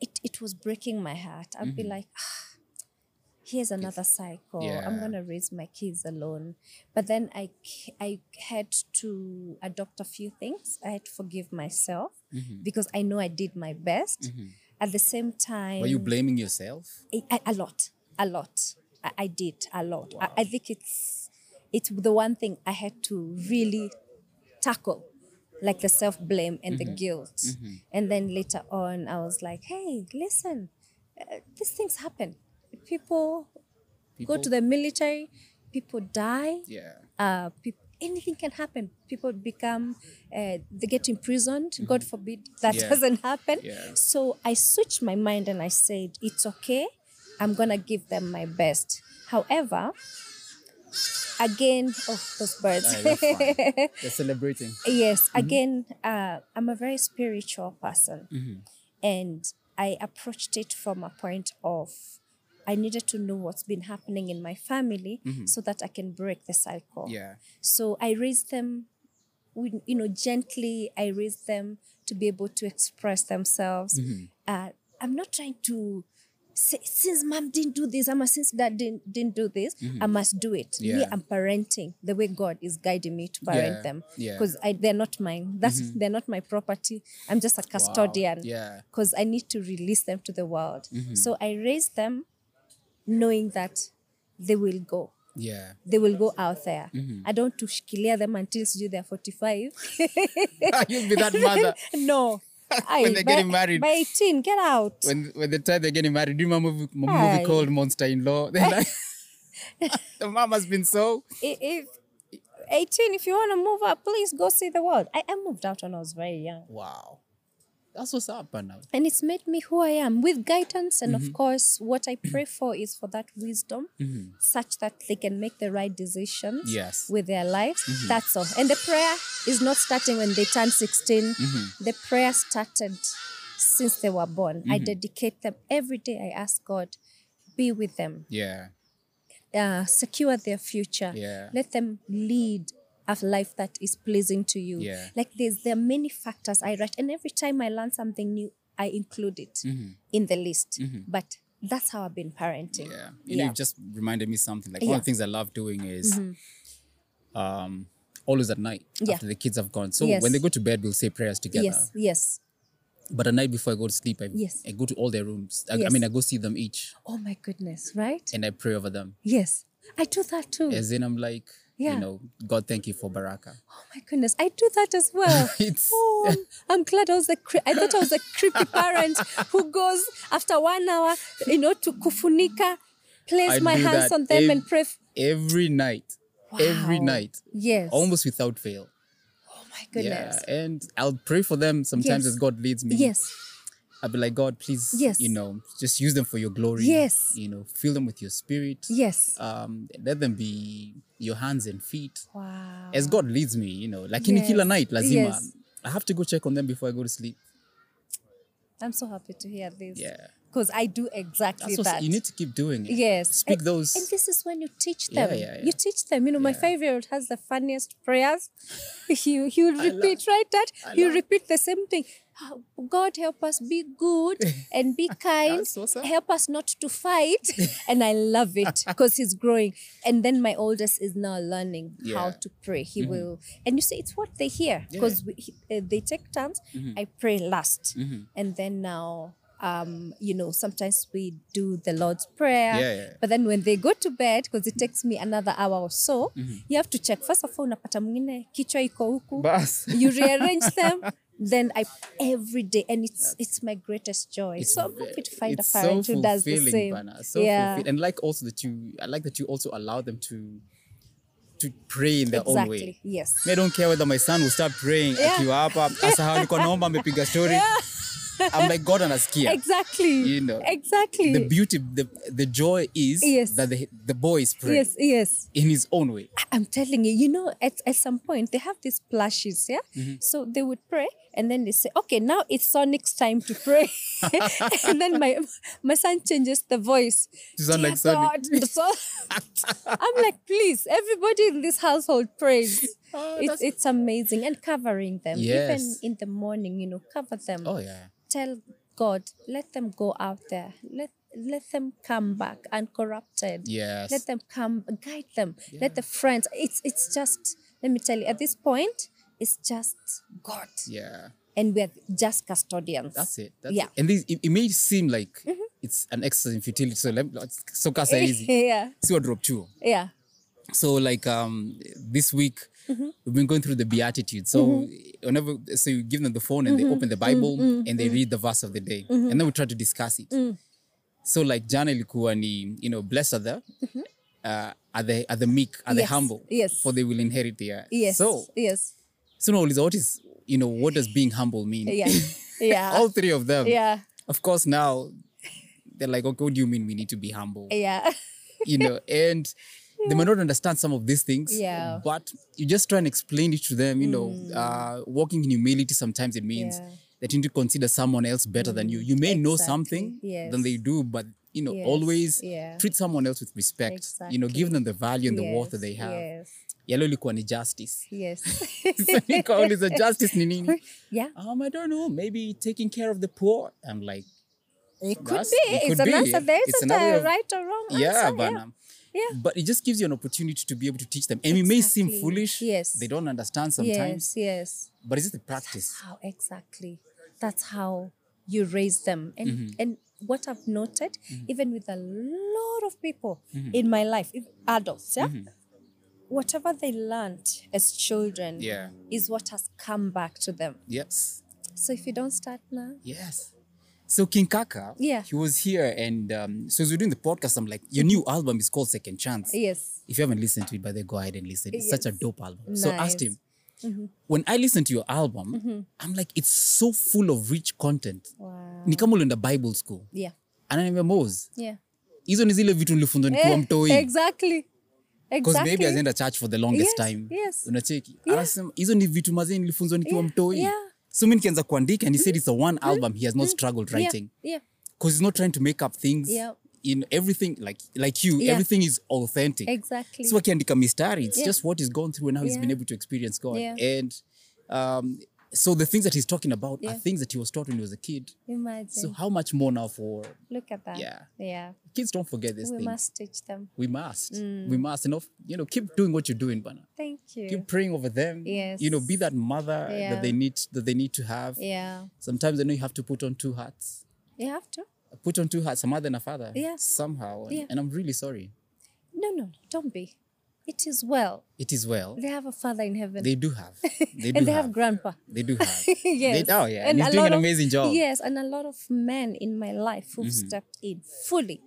B: it, it was breaking my heart. I'd be like, ah, here's another cycle. I'm
A: Yeah.
B: going to raise my kids alone. But then I, c- I had to adopt a few things. I had to forgive myself
A: Mm-hmm.
B: because I know I did my best. At the same
A: Were
B: time,
A: Mm-hmm. you blaming yourself?
B: a, a- a lot, a lot. I, I did a lot. I, I think it's it's the one thing I had to really tackle, like the self blame and
A: Mm-hmm.
B: the guilt. And then later on, I was like, hey, listen, uh, these things happen. People,
A: People?
B: go to the military, people die.
A: Yeah.
B: Uh, peop anything can happen. People become, uh, they get imprisoned. God forbid that
A: Mm-hmm. Yeah.
B: doesn't happen.
A: Yeah.
B: So I switched my mind and I said, it's okay. I'm going to give them my best. However, again, oh, those birds.
A: Ah, they're fine. They're celebrating.
B: yes, again, uh, I'm a very spiritual person. And I approached it from a point of, I needed to know what's been happening in my family so that I can break the cycle.
A: Yeah.
B: So I raised them, with, you know, gently. I
A: Mm-hmm.
B: raised them to be able to express themselves. Uh, I'm not trying to si- since mom didn't do this, ama since dad didn't, didn't do this, I must do it. Me,
A: Mm-hmm. Yeah.
B: I'm parenting the way God is guiding me to parent
A: Yeah,
B: them.
A: yeah. Mm-hmm.
B: Because they're not mine. That's they're not my property. I'm just a
A: Wow.
B: custodian.
A: Yeah. Mm-hmm.
B: Because I need to release them to the world. So I raise them knowing that they will go.
A: Yeah.
B: They will go out there.
A: Mm-hmm.
B: I don't want to shikilia them until sijui they're 45.
A: You'll be that mother.
B: no. I,
A: When they're getting
B: by,
A: married.
B: By 18, get out.
A: When, when the time they're getting married, do you remember a movie, a
B: Aye.
A: movie called Monster in Law? They're like, the mom has been so.
B: I- if 18 if you want to move up please go see the world I, I moved out when i was very young
A: Wow. That's what's up, now.
B: and it's made me who i am with guidance and
A: Mm-hmm.
B: of course what i pray for is for that wisdom
A: Mm-hmm.
B: such that they can make the right decisions
A: Yes.
B: with their lives
A: Mm-hmm.
B: that's all and the prayer is not starting when they turn 16
A: Mm-hmm.
B: the prayer started since they were born i
A: Mm-hmm.
B: dedicate them every day i ask god be with them
A: Yeah.
B: uh, secure their future.
A: Yeah.
B: Let them lead a life that is pleasing to you.
A: Yeah.
B: Like there's there are many factors I write, and every time I learn something new, I include it
A: Mm-hmm.
B: in the list. But that's how I've been parenting.
A: Yeah. You know,
B: Yeah.
A: it just reminded me something. Like
B: Yeah. Mm-hmm.
A: one of the things I love doing is um always at night
B: Yeah.
A: after the kids have gone. So
B: Yes.
A: when they go to bed, we'll say prayers together.
B: Yes, yes.
A: But at night before I go to sleep, I,
B: Yes.
A: I go to all their rooms. I, I
B: Yes.
A: mean, I go see them each
B: Oh my goodness, right?
A: and I pray over them.
B: Yes. I do that too.
A: As in, I'm like,
B: Mm. Yeah.
A: you know, God, thank you for Baraka.
B: Oh my goodness, I do that as well.
A: It's-
B: oh, I'm glad I was a cre- I thought I was a creepy parent who goes after one hour, you know, to kufunika, place
A: I
B: my
A: do
B: hands
A: that
B: on them
A: ev-
B: and pray. f-
A: Every night, every
B: Wow.
A: night,
B: Yes.
A: almost without fail.
B: oh my goodness.
A: Yeah. And I'll pray for them sometimes
B: Yes.
A: as God leads me.
B: Yes.
A: I'll be like, God, please,
B: Yes.
A: you know, just use them for your glory.
B: Yes.
A: You know, fill them with your spirit.
B: Yes.
A: Um, let them be your hands and feet.
B: Wow.
A: As God leads me, you know, like in
B: Yes.
A: kila night, lazima.
B: Yes.
A: I have to go check on them before I go to sleep.
B: I'm so happy to hear this.
A: Yeah.
B: Because I do exactly
A: That's what
B: that.
A: you need to keep doing. it.
B: Yes.
A: Speak
B: and,
A: those.
B: And this is when you teach
A: Yeah,
B: them.
A: yeah, yeah.
B: You teach them. You know, my
A: Yeah.
B: five-year-old has the funniest prayers. he he will repeat, right, Dad? He will
A: love-
B: repeat the same thing. Oh, God help us be good and be kind.
A: That's awesome.
B: Help us not to fight. and I love it because he's growing. And then my oldest is now learning how
A: Yeah. Mm-hmm.
B: to pray. He will, and you see, it's what they hear because uh, they take turns.
A: Mm-hmm.
B: I pray last, and then now. Um, you know, sometimes we do the Lord's Prayer,
A: Yeah, yeah.
B: but then when they go to bed because it takes me another hour or so
A: Mm-hmm.
B: you have to check first of all unapata mwingine kichwa iko huku
A: Bas.
B: you rearrange them then I every day and it's it's my greatest joy so I'm happy to find a
A: it's
B: parent
A: so
B: who does the
A: fulfilling,
B: same
A: Bana, so
B: yeah
A: fulfill- and like also that you, I like that you also allow them to, to pray in their own way.
B: exactly yes
A: Me, I don't care whether my son will start praying
B: Yeah.
A: akiwa hapa asahau alikuwa naomba amepiga story I'm like God anasikia
B: exactly
A: You know,
B: exactly
A: the beauty the, the joy is
B: Yes.
A: that the, the boy is praying
B: yes Ah, yes
A: in his own way
B: I'm telling you, you know, at, at some point they have these plushies, yeah?
A: Mm-hmm.
B: So they would pray and then they say, okay, now it's Sonic's time to pray. and then my my son changes the voice.
A: To sound
B: "Dear
A: like Sonic."
B: God." So- I'm like, please, everybody in this household prays.
A: Oh,
B: it's, it's amazing. And covering them, even
A: Yes.
B: in the morning, you know, cover them
A: oh yeah
B: tell God, let them go out there. Let let them come back uncorrupted.
A: Yes.
B: Let them come, guide them. Let the friends. It's it's just. Let me tell you. At this point, it's just God,
A: yeah
B: and we're just custodians.
A: that's it that's
B: yeah. Mm-hmm.
A: it. and this it, it may seem like it's an exercise in futility so let let's- so kasa hizi
B: yeah.
A: see what drop two
B: Yeah.
A: so like um this week
B: Mm-hmm.
A: we've been going through the beatitudes so whenever so you give them the phone and
B: Mm-hmm.
A: they open the bible and they read the verse of the day and then we try to discuss it
B: Mm.
A: so like jana ilikuwa ni you know blessed are the uh, are the are the meek are
B: Mm-hmm. Yes,
A: the humble
B: yes.
A: for they will inherit the earth
B: Yes.
A: so
B: Yes.
A: so no what is you know what does being humble mean
B: Yeah. Yeah.
A: all three of them
B: yeah.
A: of course now they're like okay what do you mean we need to be humble
B: Yeah.
A: you know, and they may not understand some of these things.
B: Yeah. Mm.
A: But you just try and explain it to them, you know, uh, walking in humility sometimes it means
B: Yeah.
A: that you need to consider someone else better than you. You may know
B: exactly.
A: something
B: Yes.
A: than they do, but you know,
B: Yes,
A: always
B: yeah.
A: treat someone else with respect. You know, give them
B: Exactly.
A: the value and the
B: yes.
A: worth that they have.
B: Yes.
A: Yellow ilikuwa ni justice.
B: Yes.
A: So nikauliza justice ni nini?
B: yeah.
A: Um, I don't know. Maybe taking care of the poor. I'm like,
B: It could
A: That's-
B: be.
A: it
B: it's
A: could
B: an
A: be.
B: answer. There
A: It's
B: isn't
A: another way
B: a
A: of-
B: right or wrong
A: yeah,
B: answer.
A: but um,
B: Oh, Yeah.
A: but it just gives you an opportunity to be able to teach them, and it may seem
B: Exactly.
A: foolish.
B: Yes.
A: they don't understand sometimes,
B: Yes, yes.
A: but it's just the practice.
B: How exactly? That's how you raise them. And
A: Mm-hmm.
B: and what I've noted, even with a lot of people
A: Mm-hmm.
B: in my life, if adults, yeah, whatever they learnt as children
A: Yeah.
B: is what has come back to them.
A: Yes,
B: So if you don't start now,
A: Yes. So King Kaka,
B: Yeah.
A: he was here, and um, so as we're doing the podcast, I'm like, your new album is called Second Chance.
B: yes,
A: If you haven't listened to it, by the way, go ahead and listen. It's such a
B: Yes.
A: dope album. So I asked
B: Nice. Mm-hmm.
A: him, when I listened to your album, I'm like, it's so full of rich content.
B: wow,
A: Ni kama ulienda Bible school.
B: yeah,
A: Ananiambia Mose,
B: yeah,
A: hizo ni zile vitu nilifunzwa nikiwa
B: Eh,
A: mtoi.
B: exactly,
A: Because
B: exactly.
A: maybe hazienda church for the longest
B: Yes,
A: time.
B: yes.
A: Unacheki. Anasema, hizo ni vitu mazee nilifunzwa nikiwa
B: Yeah,
A: mtoi.
B: yeah. Mm-hmm.
A: So mimi nikaanza kuandika and he said it's a one album he has not struggled
B: Yeah,
A: writing.
B: yeah,
A: because he's not trying to make up things
B: Yeah.
A: in everything like like you
B: Yeah.
A: everything is authentic
B: exactly.
A: so akiandika mistari it's
B: Yeah.
A: just what he's gone through and how he's been
B: Yeah.
A: able to experience god
B: Yeah.
A: and um so the things that he's talking about are
B: Yeah.
A: things that he was taught when he was a kid
B: Imagine.
A: so how much more now for
B: Look at that.
A: Yeah.
B: yeah.
A: kids don't forget these
B: We
A: things
B: must Mm. teach them.
A: we must we must and of, you know keep doing what you're doing bana
B: Thank you.
A: keep praying over them
B: Yes.
A: you know be that mother
B: Yeah.
A: that they need that they need to have
B: Yeah.
A: sometimes i know you have to put on two hats
B: You have to.
A: put on two hats a mother and a father
B: Yeah.
A: somehow
B: Yeah.
A: and i'm really sorry
B: No, no, no, don't be. It is well.
A: It is well.
B: They have a father in heaven.
A: They do have. They do
B: and
A: have.
B: they have, grandpa.
A: They do have.
B: yes.
A: They, oh yeah, and, he's
B: a
A: doing an
B: lot of-
A: amazing job. Mm-hmm.
B: Yes, and a lot of men in my life who've stepped in fully,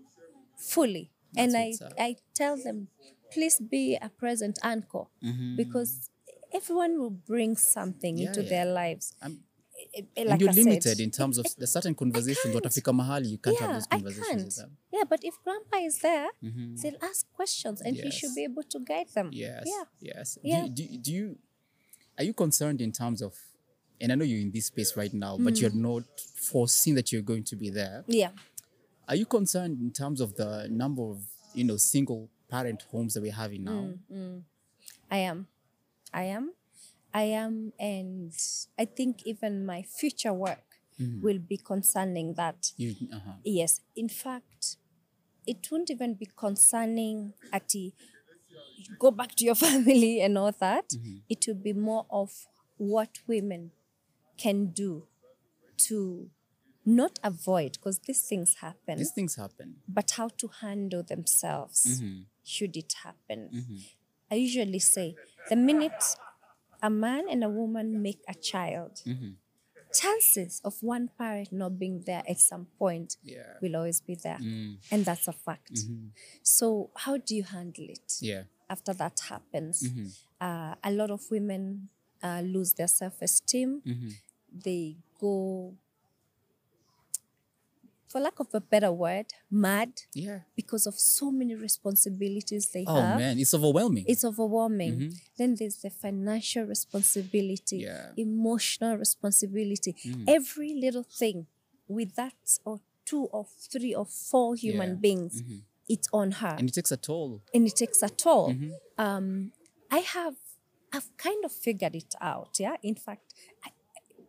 B: fully. and I,
A: what's up.
B: I tell them, please be a present anchor
A: Mm-hmm.
B: because everyone will bring something
A: Mm. Yeah,
B: into
A: yeah.
B: their lives.
A: I'm-
B: Eh, eh,
A: and
B: like
A: you're
B: I said,
A: limited in terms of the certain conversations.
B: can't.
A: Watafika mahali, you can't
B: yeah,
A: have those conversations
B: I can't.
A: with Mm-hmm. them.
B: Yeah, but if grandpa is there, they'll ask questions and he
A: Mm. Yes.
B: should be able to guide them.
A: Yes.
B: Yeah.
A: Yes.
B: Yeah.
A: Do, do, do you are you concerned in terms of? And I know you're in this space right now,
B: Mm.
A: but you're not foreseeing that you're going to be there.
B: Yeah.
A: Are you concerned in terms of the number of you know single parent homes that we're having now?
B: Mm. I am. I am. I am. And I think even my future work will be concerning that.
A: You, uh-huh.
B: Yes. In fact, it won't even be concerning at go back to your family and all that. It will be more of what women can do to not avoid, because these things happen,
A: These things happen.
B: but how to handle themselves should it happen. I usually say the minute a man and a woman make a child, chances of one parent not being there at some point
A: Yeah.
B: will always be there. And that's a fact. So, how do you handle it
A: Yeah.
B: after that happens? Uh, a lot of women uh, lose their self esteem. They go, for lack of a better word, mad
A: Yeah.
B: because of so many responsibilities they
A: Oh
B: have.
A: man, it's overwhelming.
B: It's overwhelming. Then there's the financial responsibility,
A: Yeah. Mm.
B: emotional responsibility. Every little thing with that or two or three or four human
A: Yeah. Mm-hmm.
B: beings, it's on her.
A: and Mm-hmm. it takes a toll.
B: And it takes a toll. Um, I have, I've kind of figured it out. Yeah. In fact, I,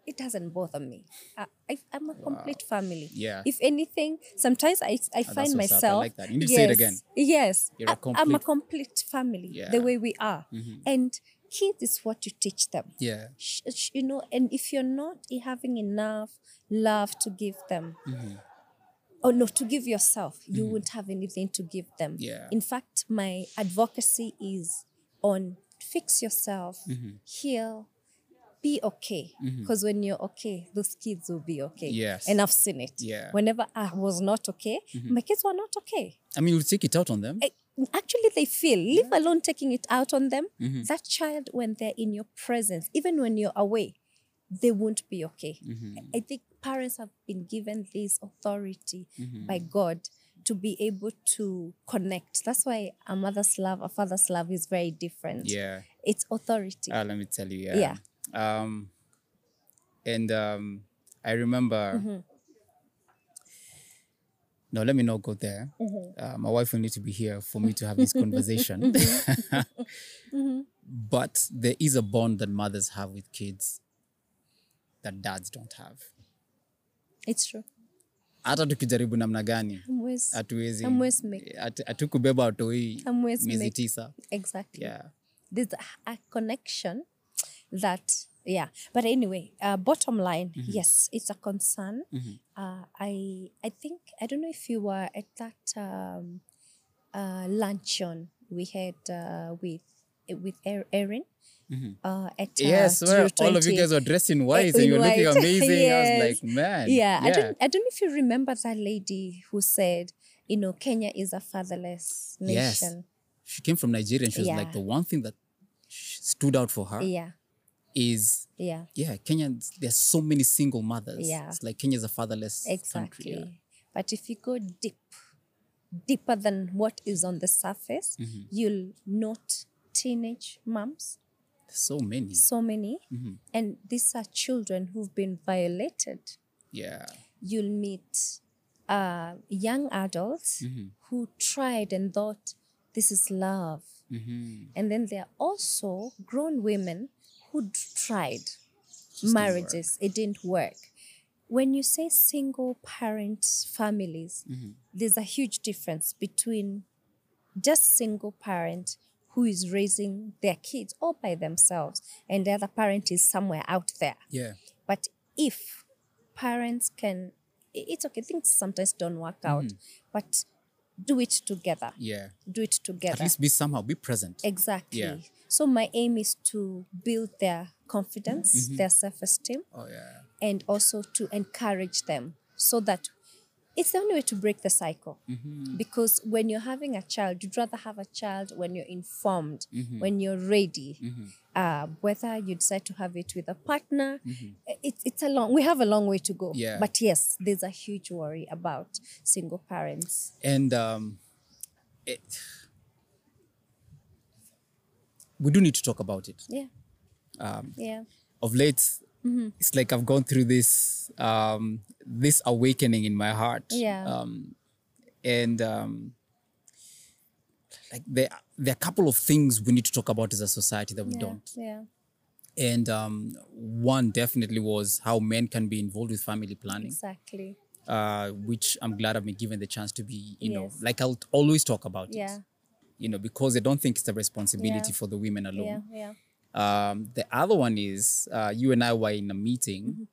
B: it doesn't bother me. I, I, I'm a complete family.
A: Yeah.
B: If anything, sometimes I, I find
A: what's up. I
B: myself.
A: like that. You need to say it again.
B: Yes.
A: You're a
B: I- I'm a
A: complete-
B: complete family,
A: Yeah.
B: the way we are. And kids is what you teach them.
A: Mm-hmm. Yeah.
B: Sh- sh- You know, and if you're not having enough love to give them,
A: Mm-hmm.
B: or no, to give yourself, you won't have anything to give them.
A: Yeah.
B: In fact, my advocacy is on fix yourself,
A: Mm-hmm.
B: heal, be okay. Because when you're okay, those kids will be okay.
A: Yes.
B: And I've seen it.
A: Yeah. Mm-hmm.
B: Whenever I was not okay, my kids were not okay.
A: I mean, you take it out on them.
B: I- actually they feel leave alone taking it out on them
A: Mm-hmm.
B: that child when they're in your presence even when you're away they won't be okay
A: Mm-hmm. Mm.
B: i I think parents have been given this authority
A: Mm. Mm-hmm.
B: by god to be able to connect that's why a mother's love a father's love is very different
A: Yeah.
B: it's authority
A: Ah, let me tell you. Yeah. Um, and um, I remember.
B: Mm-hmm.
A: No, let me not go there.
B: Mm-hmm.
A: Uh, my wife will need to be here for me to have this conversation.
B: Mm-hmm.
A: But there is a bond that mothers have with kids that dads don't have.
B: it's true
A: hata tukijaribu namna gani
B: Hamwezi-
A: hatuwezi
B: hamwezi make-
A: hatu- hatukubeba watoi
B: hamwezi
A: miezi
B: make-
A: tisa
B: Exactly.
A: yeah.
B: there's a, a connection that yeah but anyway uh, bottom line
A: Mm-hmm.
B: yes it's a concern uh, i i think i don't know if you were at that um, uh, luncheon we had uh, with with Er- erin uh, at
A: Mm-hmm.
B: uh,
A: yes well, all of
B: 020.
A: you guys were dressed in white
B: in
A: and you were looking
B: white.
A: amazing i was
B: Yes.
A: like man
B: yeah, I don't I don't know if you remember that lady who said, you know, Kenya is a fatherless
A: Yes.
B: nation.
A: she came from nigeria and she was like
B: Yeah.
A: the one thing that sh- stood out for her
B: Yeah,
A: is
B: yeah,
A: yeah kenyans there's so many single mothers
B: Yeah.
A: it's like kenya is a fatherless country
B: exactly.
A: yeah.
B: But if you go deep, deeper than what is on the
A: Mm.
B: surface,
A: Mm-hmm.
B: you'll note teenage moms,
A: There's so many Mm-hmm.
B: so many, and these are children who've been violated.
A: yeah
B: you'll meet uh, young adults
A: Mm. Mm-hmm.
B: who tried and thought this is love.
A: Mm-hmm.
B: And then there are also grown women who d- tried marriages, it didn't work. When you say single parent families,
A: Mm-hmm.
B: there's a huge difference between just single parent who is raising their kids all by themselves and the other parent is somewhere out there.
A: yeah
B: But if parents can, i- it's okay, things sometimes don't work out, but do it together.
A: yeah
B: Do it
A: Mm-hmm. at
B: together.
A: least be somehow be present
B: exactly.
A: Yeah.
B: So, my aim is to build their confidence,
A: Mm-hmm.
B: their self esteem,
A: oh yeah
B: and also to encourage them so that it's the only way to break the cycle.
A: Mm-hmm.
B: Because when you're having a child, you'd rather have a child when you're informed,
A: Mm-hmm.
B: when you're ready. Uh, whether you decide to have it with a partner, i- it's it's a long. We have a long way to go.
A: Mm-hmm. Yeah.
B: But yes, there's a huge worry about single parents.
A: and um, it, we do need to talk about it.
B: Yeah.
A: Um,
B: yeah.
A: Of late,
B: Mm-hmm.
A: it's like I've gone through this um, this awakening in my heart,
B: Yeah.
A: um, and um, like there there are a couple of things we need to talk about as a society that we
B: Yeah.
A: don't.
B: Yeah.
A: And um, one definitely was how men can be involved with family planning.
B: Exactly.
A: uh, which I'm glad I've been given the chance to be, you know,
B: Yes.
A: like I'll always talk about
B: Yeah.
A: it, you know, because I don't think it's a responsibility
B: Yeah.
A: for the women
B: Yeah.
A: alone.
B: Yeah.
A: Um, the other one is uh, you and I were in a meeting,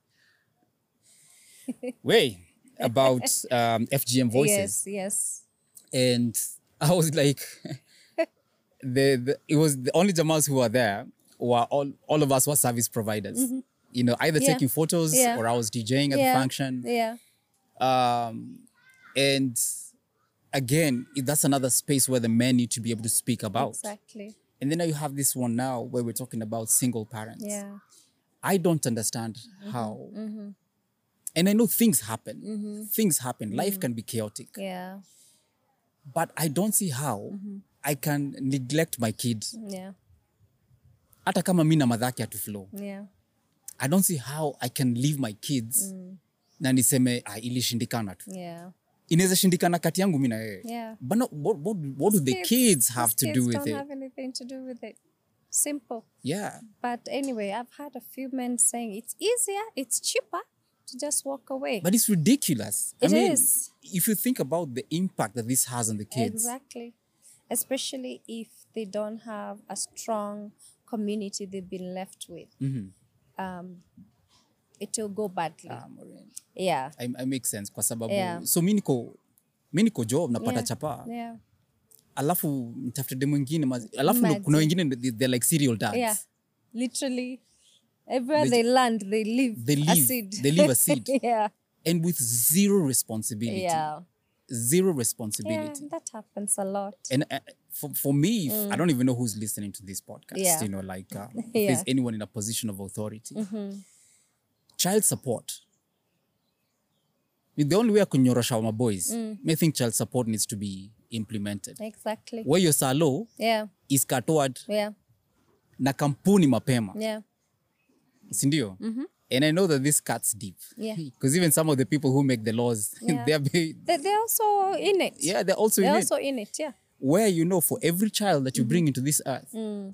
A: way about um, FGM voices,
B: Yes. Yes.
A: and I was like, the, the it was the only Jamals who were there were all all of us were service providers. You know, either
B: Mm-hmm. Yeah.
A: taking photos
B: Yeah.
A: or I was DJing at
B: Yeah.
A: the function.
B: Yeah.
A: um, and again it- that's another space where the men need to be able to speak about
B: Exactly.
A: and then now you have this one now where we're talking about single parents
B: Yeah.
A: i don't understand
B: Mm-hmm.
A: how and i know things happen
B: Mm-hmm.
A: things happen life can be chaotic
B: Yeah.
A: but i don't see how
B: Mm-hmm.
A: i can neglect my kid
B: Yeah.
A: hata kama mi na madhake atuflow
B: Yeah.
A: i don't see how i can leave my kids
B: Mm.
A: na niseme ah, ilishindikana tu
B: Yeah.
A: inaweza shindikana kati yangu mi na wewe
B: Yeah.
A: But no, what, what, what do the
B: Kids-
A: kids have to
B: These kids
A: do with
B: don't
A: it?
B: have anything to do with it. Simple.
A: Yeah.
B: But anyway, I've had a few men saying it's easier, it's cheaper to just walk away.
A: But it's ridiculous. I
B: It
A: mean,
B: is.
A: if you think about the impact that this has on the kids,
B: Exactly. Especially if they don't have a strong community they've been left with. Um, it will go badly.
A: Mm-hmm. Ah, Maureen,
B: yeah.
A: I, I make sense kwa sababu
B: Yeah.
A: so mi niko mi niko job napata
B: Yeah.
A: chapa
B: Yeah.
A: alafu mtafute mwingine mazi- alafu no-
B: Mazi.
A: kuna wengine they- they're like serial dads
B: Yeah. Literally, everywhere
A: They
B: they, land, they leave
A: they
B: a
A: leave-
B: seed.
A: they leave a seed.
B: yeah.
A: and with zero responsibility
B: Yeah.
A: zero
B: Yeah.
A: responsibility
B: That happens a lot.
A: and uh, for, for me if- i don't even know who's listening to this podcast
B: Yeah.
A: you know like um, if
B: Yeah. Mm-hmm.
A: there's anyone in a position of authority child support the only way i can nyorosha my boys
B: Mm.
A: i think child support needs to be implemented
B: Exactly.
A: where your salo
B: Yeah.
A: is katoward
B: Yeah.
A: na kampuni mapema
B: Yeah.
A: sindio and i know that this cuts deep
B: Mm-hmm. Yeah.
A: because even some of the people who make the laws
B: Yeah.
A: they're be-
B: They, they're also in it.
A: yeah they're also
B: They're
A: in it.
B: also Mm-hmm. in it. Yeah.
A: where you know for every child that you bring into this earth
B: Mm.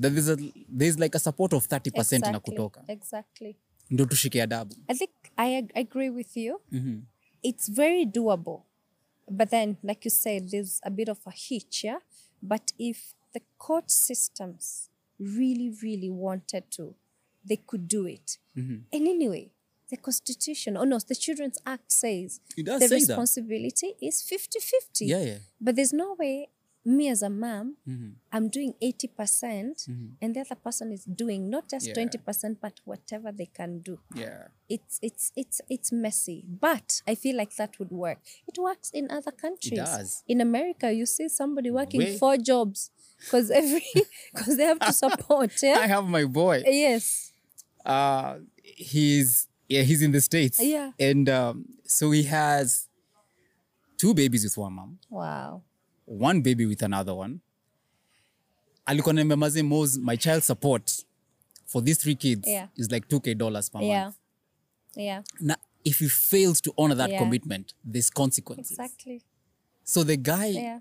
A: that there's, a, there's like a support of 30% na
B: Exactly.
A: kutoka
B: Exactly.
A: ndo tushike adabu Mm-hmm.
B: I think I ag- agree with you. it's very doable. But then, like you said, there's a bit of a hitch, yeah? But if the court systems really, really wanted to, they could do it.
A: Mm-hmm.
B: And anyway, the Constitution, or no, the Children's Act says
A: It does
B: the
A: say that.
B: responsibility is 50 50.
A: Yeah, yeah.
B: But there's no way me as a mom,
A: Mm-hmm.
B: I'm doing 80% percent and the other person is doing not just
A: Yeah.
B: 20%, but whatever they can do
A: Yeah.
B: it's it's it's it's messy but i feel like that would work it works in other countries
A: does.
B: in america you see somebody working
A: Way-
B: four jobs because every because they have to support
A: I
B: yeah
A: have my boy.
B: yes
A: uh he's yeah he's in the states
B: Yeah.
A: and um so he has two babies with one mom
B: wow
A: one baby with another one alikuwa ananiambia maze Moz, my child support for these three kids
B: Yeah.
A: is like 2k dollars per
B: yeah
A: month
B: yeah
A: now if he fails to honor that
B: Yeah.
A: commitment there's consequences
B: exactly
A: so the guy
B: yeah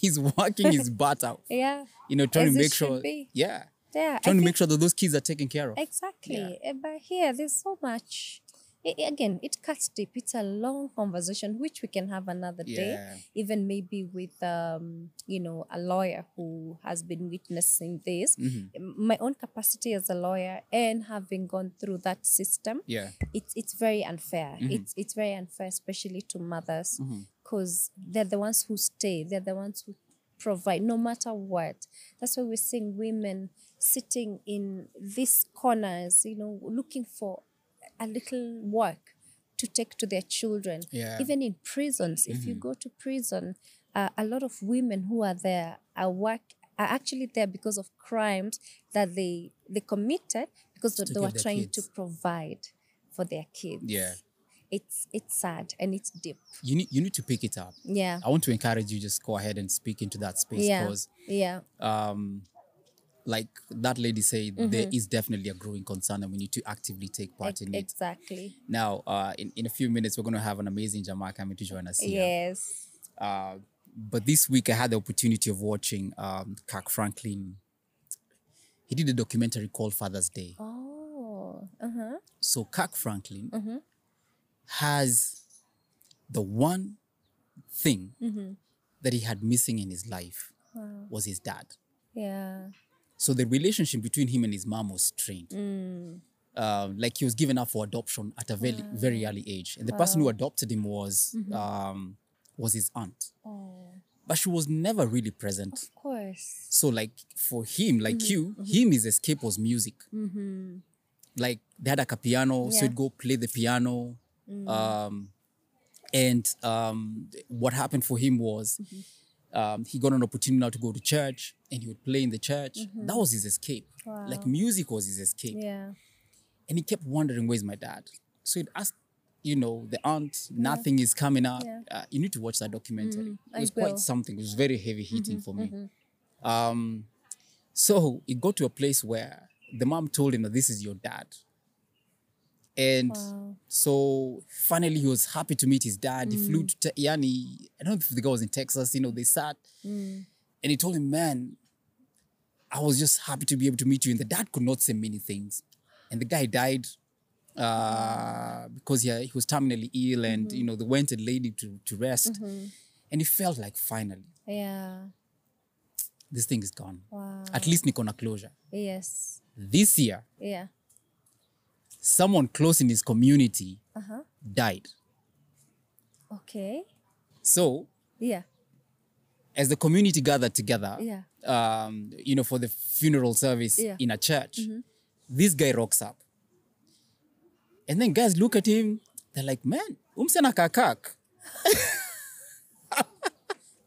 A: he's working his butt out
B: yeah
A: you know trying
B: As
A: to
B: it
A: make
B: should
A: sure
B: be.
A: yeah
B: yeah I
A: trying to
B: think-
A: make sure that those kids are taken care of
B: Exactly. Eh, But here, there's so much. I- I- again, it cuts deep. It's a long conversation, which we can have another
A: Yeah.
B: day, even maybe with, um, you know, a lawyer who has been witnessing this. M- My own capacity as a lawyer and having gone through that system,
A: yeah
B: it's it's very unfair.
A: Mm-hmm.
B: It's it's very unfair, especially to mothers, because they're the ones who stay. They're the ones who provide, no matter what. That's why we're seeing women sitting in these corners, you know, looking for a little work to take to their children.
A: Yeah. Mm-hmm.
B: Even in prisons, if you go to prison, uh, a lot of women who are there are work are actually there because of crimes that they they committed because they
A: care
B: were
A: of their
B: trying to
A: kids.
B: provide for their kids.
A: Yeah.
B: It's it's sad and it's deep.
A: you need you need to pick it up
B: Yeah.
A: I want to encourage you just go ahead and speak into that space
B: Yeah.
A: because,
B: Yeah.
A: um, like that lady said, there is definitely a growing concern and we need to actively take part
B: Mm-hmm. Ex-
A: in it.
B: exactly.
A: Now, uh, in, in a few minutes, we're going to have an amazing Jamaa coming to join us here. Uh,
B: Yes.
A: But this week, I had the opportunity of watching um, Kirk Franklin. He did a documentary called Father's Day.
B: Oh. Uh-huh.
A: So, Kirk Franklin
B: Mm-hmm.
A: has the one thing
B: mm-hmm.
A: that he had missing in his life was his dad.
B: Yeah.
A: So the relationship between him and his mom was strained.
B: Mm.
A: Um, like he was given up for adoption at a very very early age, and the person who adopted him was um, was his aunt,
B: Oh.
A: but she was never really present.
B: Of course.
A: So like for him, like you, him his escape was music.
B: Mm-hmm.
A: Like they had like a piano, so
B: Yeah.
A: he'd go play the piano. Um, and um, what happened for him was um, he got an opportunity now to go to church, and he would play in the church. That was his escape. Like music was his escape,
B: Yeah.
A: and he kept wondering, "Where's my dad?" So he'd ask, you know, the aunt, "Nothing is coming up."
B: Yeah. Mm,
A: Uh, you need to watch that documentary.
B: I
A: it was
B: will. Mm-hmm,
A: quite something. It was very heavy hitting for me. Um, so it got to a place where the mom told him that this is your dad. And
B: Wow.
A: so finally he was happy to meet his dad. He
B: Mm.
A: flew to te- Yani, I don't know if the guy was in Texas, you know, they sat
B: Mm.
A: and he told him, Man, I was just happy to be able to meet you. And the dad could not say many things. And the guy died uh, because he, he was terminally ill and
B: Mm-hmm.
A: you know they went and laid him to, to rest. And he felt like finally
B: Yeah.
A: this thing is gone.
B: Wow.
A: At least Nikona closure.
B: Yes.
A: This year,
B: Yeah.
A: someone close in his community
B: Uh-huh.
A: died.
B: Okay.
A: So,
B: Yeah.
A: as the community gathered together,
B: Yeah.
A: um, you know, for the funeral service
B: Yeah. Mm-hmm.
A: in a church, this guy rocks up. And then guys look at him, they're like, man, umsena kakak.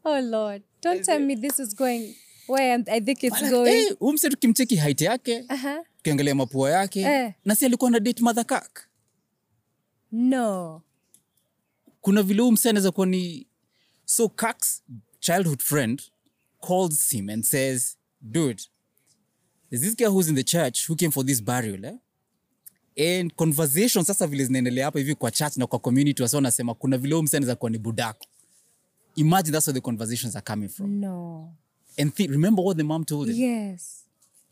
B: Oh Lord. Don't tell me this is going where I'm, I think it's going.
A: Hey, umse "Eh, tukimcheki height yake,
B: Uh-huh.
A: tukiangalia mapua yake,
B: Eh.
A: na si alikuwa na date mother kak.
B: No.
A: kuna vile huyu msee anaweza kuwa ni so Kirk's childhood friend calls him and says dude there's this guy who's in the church who came for this burial eh? and conversation sasa vile zinaendelea hapa hivi kwa church na kwa community wasi wanasema kuna vile huyu msee anaweza kuwa ni budako imagine that's where the conversations are coming from
B: No.
A: and thi- remember what the mom told him
B: Yes.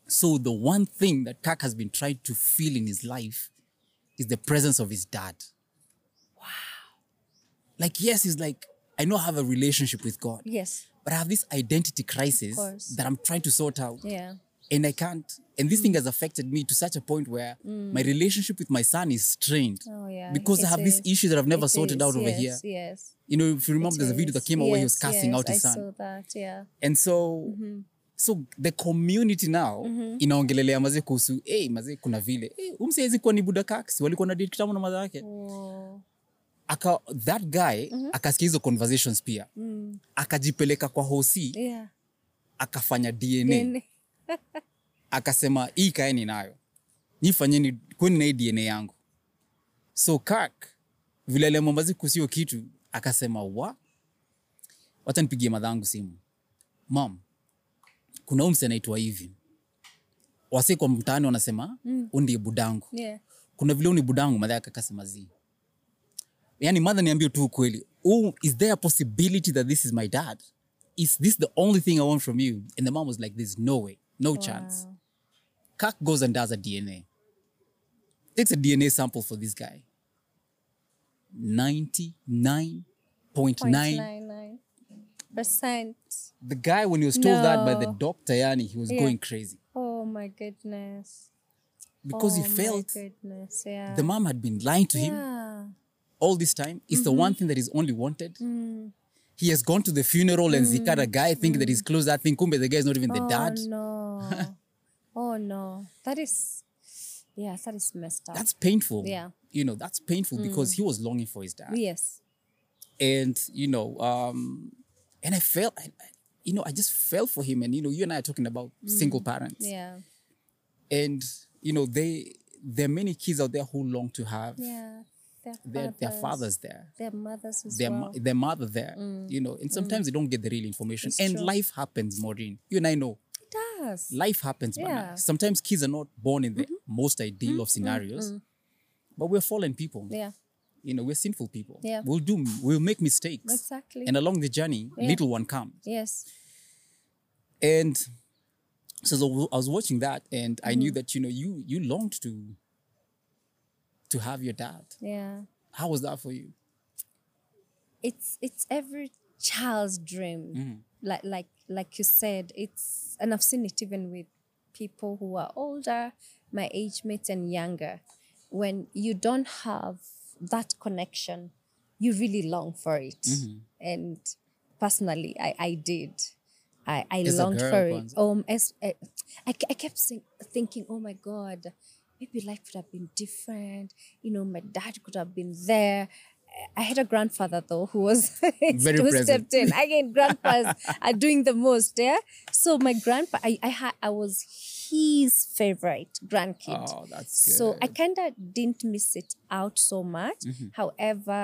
A: so the one thing that Kirk has been trying to feel in his life is the presence of his dad Like, yes, it's like, I know I have a relationship with God,
B: Yes.
A: but I have this identity crisis
B: course.
A: that I'm trying to sort out.
B: Yeah.
A: And I can't. And
B: Mm.
A: this thing has affected me to such a point where my relationship with my son is strained.
B: Oh, yeah.
A: Because I
B: It
A: have this
B: is.
A: issue that I've never
B: It
A: sorted out
B: is,
A: over
B: yes,
A: here.
B: Yes.
A: You know, if you remember, there's a video that
B: Yes,
A: came out where he was
B: yes,
A: casting
B: yes,
A: out his
B: I
A: son.
B: saw that, yeah.
A: and so so the community now inaongelelea mazee kuhusu hey, mazee kuna vile hey, umsiwezi kuwa ni budakaks walikuwa na date kitambo na madha yake
B: Wow.
A: aka that guy akasikia hizo conversations pia akajipeleka kwa hosi
B: Yeah.
A: akafanya dna
B: Then-
A: akasema hii kaeni nayo nifanyeni kweni na hii dna yangu so kak vile aliamwambazi kusio kitu akasema wa wacha nipigie madhangu simu mam kuna umsi anaitwa hivi wase kwa mtaani wanasema mm. undie budangu
B: yeah.
A: kuna vile uni budangu madha yake akasema zi yani madha niambie tu ukweli oh, is there a possibility that this is my dad is this the only thing i want from you and the mom was like there's no way no chance
B: Wow.
A: Kirk goes and does a DNA. Takes a DNA sample for this guy. 99.9.
B: 0.99 percent.
A: The guy, when he was told that by the
B: No.
A: doctor, yani, he was
B: Yeah.
A: going crazy
B: Oh my goodness.
A: because
B: oh
A: he felt
B: My goodness. Yeah. Ah.
A: the mom had been lying to him
B: yeah. Mm-hmm.
A: all this time. It's the one thing that is only wanted.
B: Mm.
A: He has gone to the funeral and zikad a guy thinking that he's close. I think kumbe the guy is not even the
B: oh,
A: dad.
B: No. oh no. That is. Yeah, that is messed up.
A: That's painful.
B: Yeah. Mm.
A: You know, that's painful because he was longing for his dad.
B: yes.
A: and you know um and i felt I, I- you know i just felt for him and you know you and i are talking about single parents
B: Mm. Yeah.
A: and you know they there are many kids out there who long to have
B: Yeah. Their fathers.
A: their, their fathers there
B: Their mothers as
A: their,
B: well. Mm.
A: mo- their mother there you know and sometimes they don't get the real information
B: It's
A: and
B: true.
A: life happens maureen you and i know
B: it does.
A: life happens man.
B: Yeah. Mm-hmm.
A: sometimes kids are not born in the most ideal of scenarios but we're fallen people
B: Yeah.
A: you know we're sinful people
B: Yeah.
A: we'll do we'll make mistakes
B: Exactly.
A: and along the journey
B: Yeah.
A: little one comes
B: yes.
A: and so the- I was watching that, and I
B: Mm-hmm.
A: knew that you know you you longed to to have your dad.
B: Yeah.
A: How was that for you?
B: it's it's every child's dream
A: Mm.
B: like like like you said it's and i've seen it even with people who are older my age mates and younger when you don't have that connection you really long for it
A: Mm-hmm.
B: and personally i i did i i
A: As a
B: longed
A: girl,
B: for it
A: Kwanzaa.
B: um as uh, I, ke- I kept think, thinking oh my god maybe life could have been different you know my dad could have been there Eh, I had a grandfather though who was
A: Very
B: who
A: present.
B: stepped in. Again, grandpas are doing the most, yeah. So my grandpa, I I, had, I was his favorite grandkid.
A: Oh, that's good. Mm-hmm.
B: So I kind of didn't miss it out so much. However,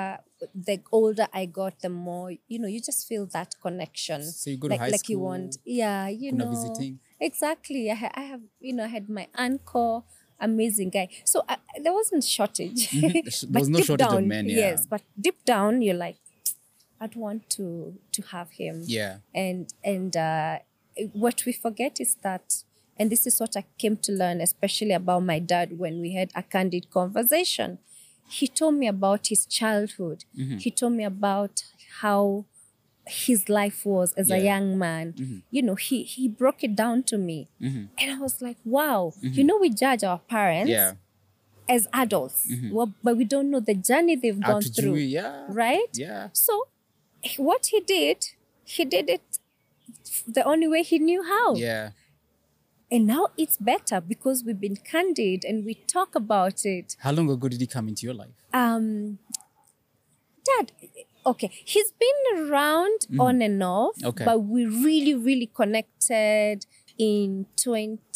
B: the older I got, the more you know. You just feel that connection.
A: So you go to
B: like,
A: high
B: like you
A: school,
B: want, yeah, you
A: kuna
B: know,
A: visiting.
B: exactly. I, ha- I have, you know, I had my uncle, amazing guy. So I, there wasn't shortage.
A: Mm-hmm. There
B: But
A: was no
B: deep
A: shortage of
B: down,
A: men, yeah.
B: Yes, but deep down, you're like, I'd want to to have him
A: yeah,
B: and and uh, what we forget is that and this is what i came to learn especially about my dad when we had a candid conversation he told me about his childhood
A: Mm-hmm.
B: he told me about how his life was as
A: Yeah.
B: a
A: Mm-hmm.
B: young man you know he he broke it down to me and i was like wow you know we judge our parents
A: Mm-hmm. yeah.
B: as adults well, but we don't know the journey they've gone
A: Out to
B: through
A: Jui, yeah,
B: right
A: yeah.
B: so what he did, he did it the only way he knew how.
A: Yeah,
B: And now it's better because we've been candid and we talk about it.
A: how long ago did he come into your life?
B: Um Dad, okay, he's been around on and off,
A: Mm. Okay.
B: but we really, really connected in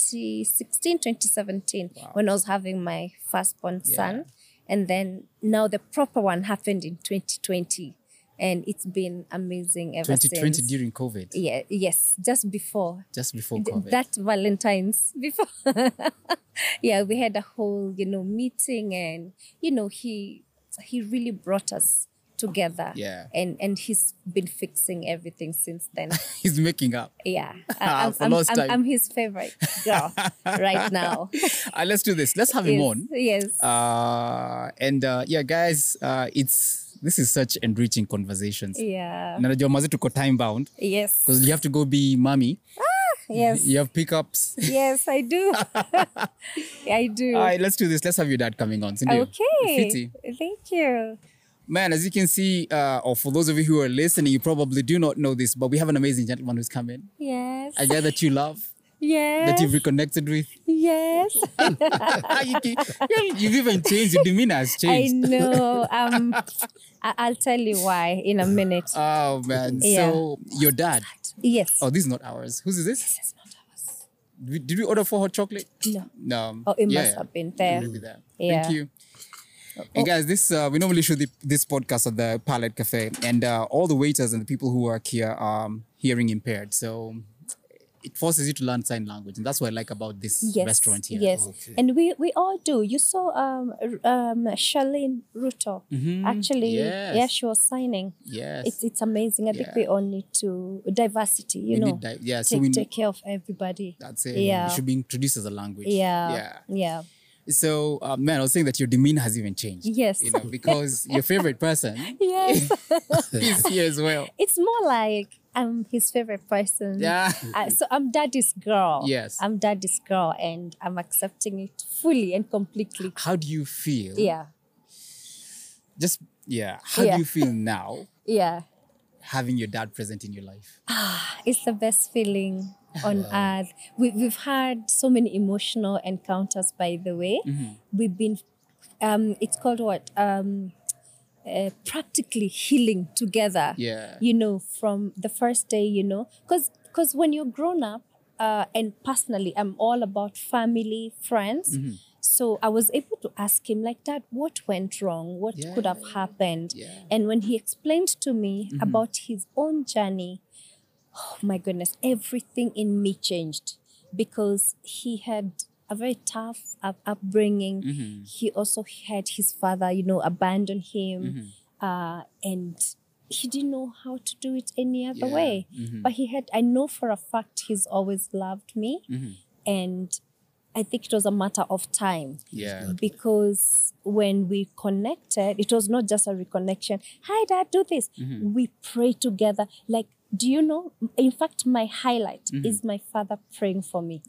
B: 2016, 2017 when I was having my firstborn son. And then now the proper one happened in 2020. And it's been amazing ever
A: Twenty twenty
B: since.
A: during COVID,
B: Yeah, yes, just before
A: just before
B: Th-
A: COVID.
B: that Valentine's before. yeah, we had a whole, you know, meeting and you know, he he really brought us together.
A: Yeah.
B: And and he's been fixing everything since then.
A: He's making up.
B: Yeah. I- I'm,
A: Ah, For
B: I'm,
A: lost
B: I'm-
A: time.
B: I'm his favorite girl right now.
A: Uh, let's do this. Let's have him
B: Yes,
A: on.
B: Yes.
A: Uh, and uh, yeah, guys, uh, it's this is such enriching conversations
B: yeah
A: na najua mazi tuko time bound
B: yes
A: because you have to go be mommy
B: yes
A: you have pickups
B: yes i do i do
A: all right let's do this let's have your dad coming on sindio?
B: okay
A: Fiti.
B: thank you
A: man as you can see uh, or for those of you who are listening you probably do not know this but we have an amazing gentleman who's coming
B: yes
A: a guy that you love that
B: yes
A: you've reconnected with
B: yes
A: you, have even changed your demeanor has
B: i
A: changed
B: know um I- i'll tell you why in a minute
A: oh man
B: Yeah.
A: so your dad
B: yes
A: oh this is not ours whose is this
B: This is not ours.
A: did we, did we order for hot chocolate
B: no
A: no
B: oh it
A: Yeah,
B: must
A: yeah.
B: have been there
A: Maybe that.
B: Yeah.
A: Thank you. And guys, this uh, we normally shoot the, this podcast at the Palette Cafe, and uh, all the waiters and the people who work here are um, hearing impaired, so it forces you to learn sign language, and that's what I like about this
B: yes,
A: restaurant here. Oh,
B: Yes,
C: Okay.
B: and we we all do. You saw um R- um Charlene Ruto actually.
A: Mm-hmm. yes.
B: Yeah, she was signing.
A: Yes.
B: It's it's amazing. I think
A: Yeah.
B: we all need to diversity. You
A: We
B: know,
A: need di- yeah, so
B: take,
A: we
B: take care of everybody.
A: that's it.
B: Yeah.
A: It should be introduced as a language.
B: yeah,
A: Yeah.
B: yeah.
A: So uh, man, I was saying that your demeanor has even changed.
B: Yes.
A: You know, because your favorite person
B: Yes,
A: is here as well.
B: it's more like I'm his favorite person.
A: Yeah.
B: Uh, so I'm daddy's girl.
A: Yes.
B: I'm daddy's girl, and I'm accepting it fully and completely.
A: How do you feel?
B: Yeah,
A: Just yeah. How
B: Yeah.
A: do you feel now?
B: yeah.
A: having your dad present in your life.
B: Ah, It's the best feeling on earth. We, we've had so many emotional encounters, by the way.
A: Mm-hmm.
B: We've been, um, it's called what? Um, uh, practically healing together.
A: Yeah.
B: You know, from the first day, you know, because because when you're grown up, uh, and personally, I'm all about family, friends.
A: Mm-hmm.
B: So I was able to ask him, like, Dad, what went wrong? What could have happened?
A: Yeah. Mm-hmm.
B: And when he explained to me about his own journey, oh my goodness, everything in me changed because he had a very tough up-
A: Mm-hmm.
B: upbringing. He also had his father, you know, abandon him.
A: Mm-hmm.
B: Uh, and he didn't know how to do it any other
A: Yeah. Mm-hmm.
B: way. But he had, I know for a fact, he's always loved me.
A: Mm-hmm.
B: And I think it was a matter of time
A: Yeah.
B: because when we connected, it was not just a reconnection. Hi, Dad, do this.
A: Mm-hmm.
B: We pray together. Like, do you know? In fact, my highlight
A: Mm-hmm.
B: is my father praying for me.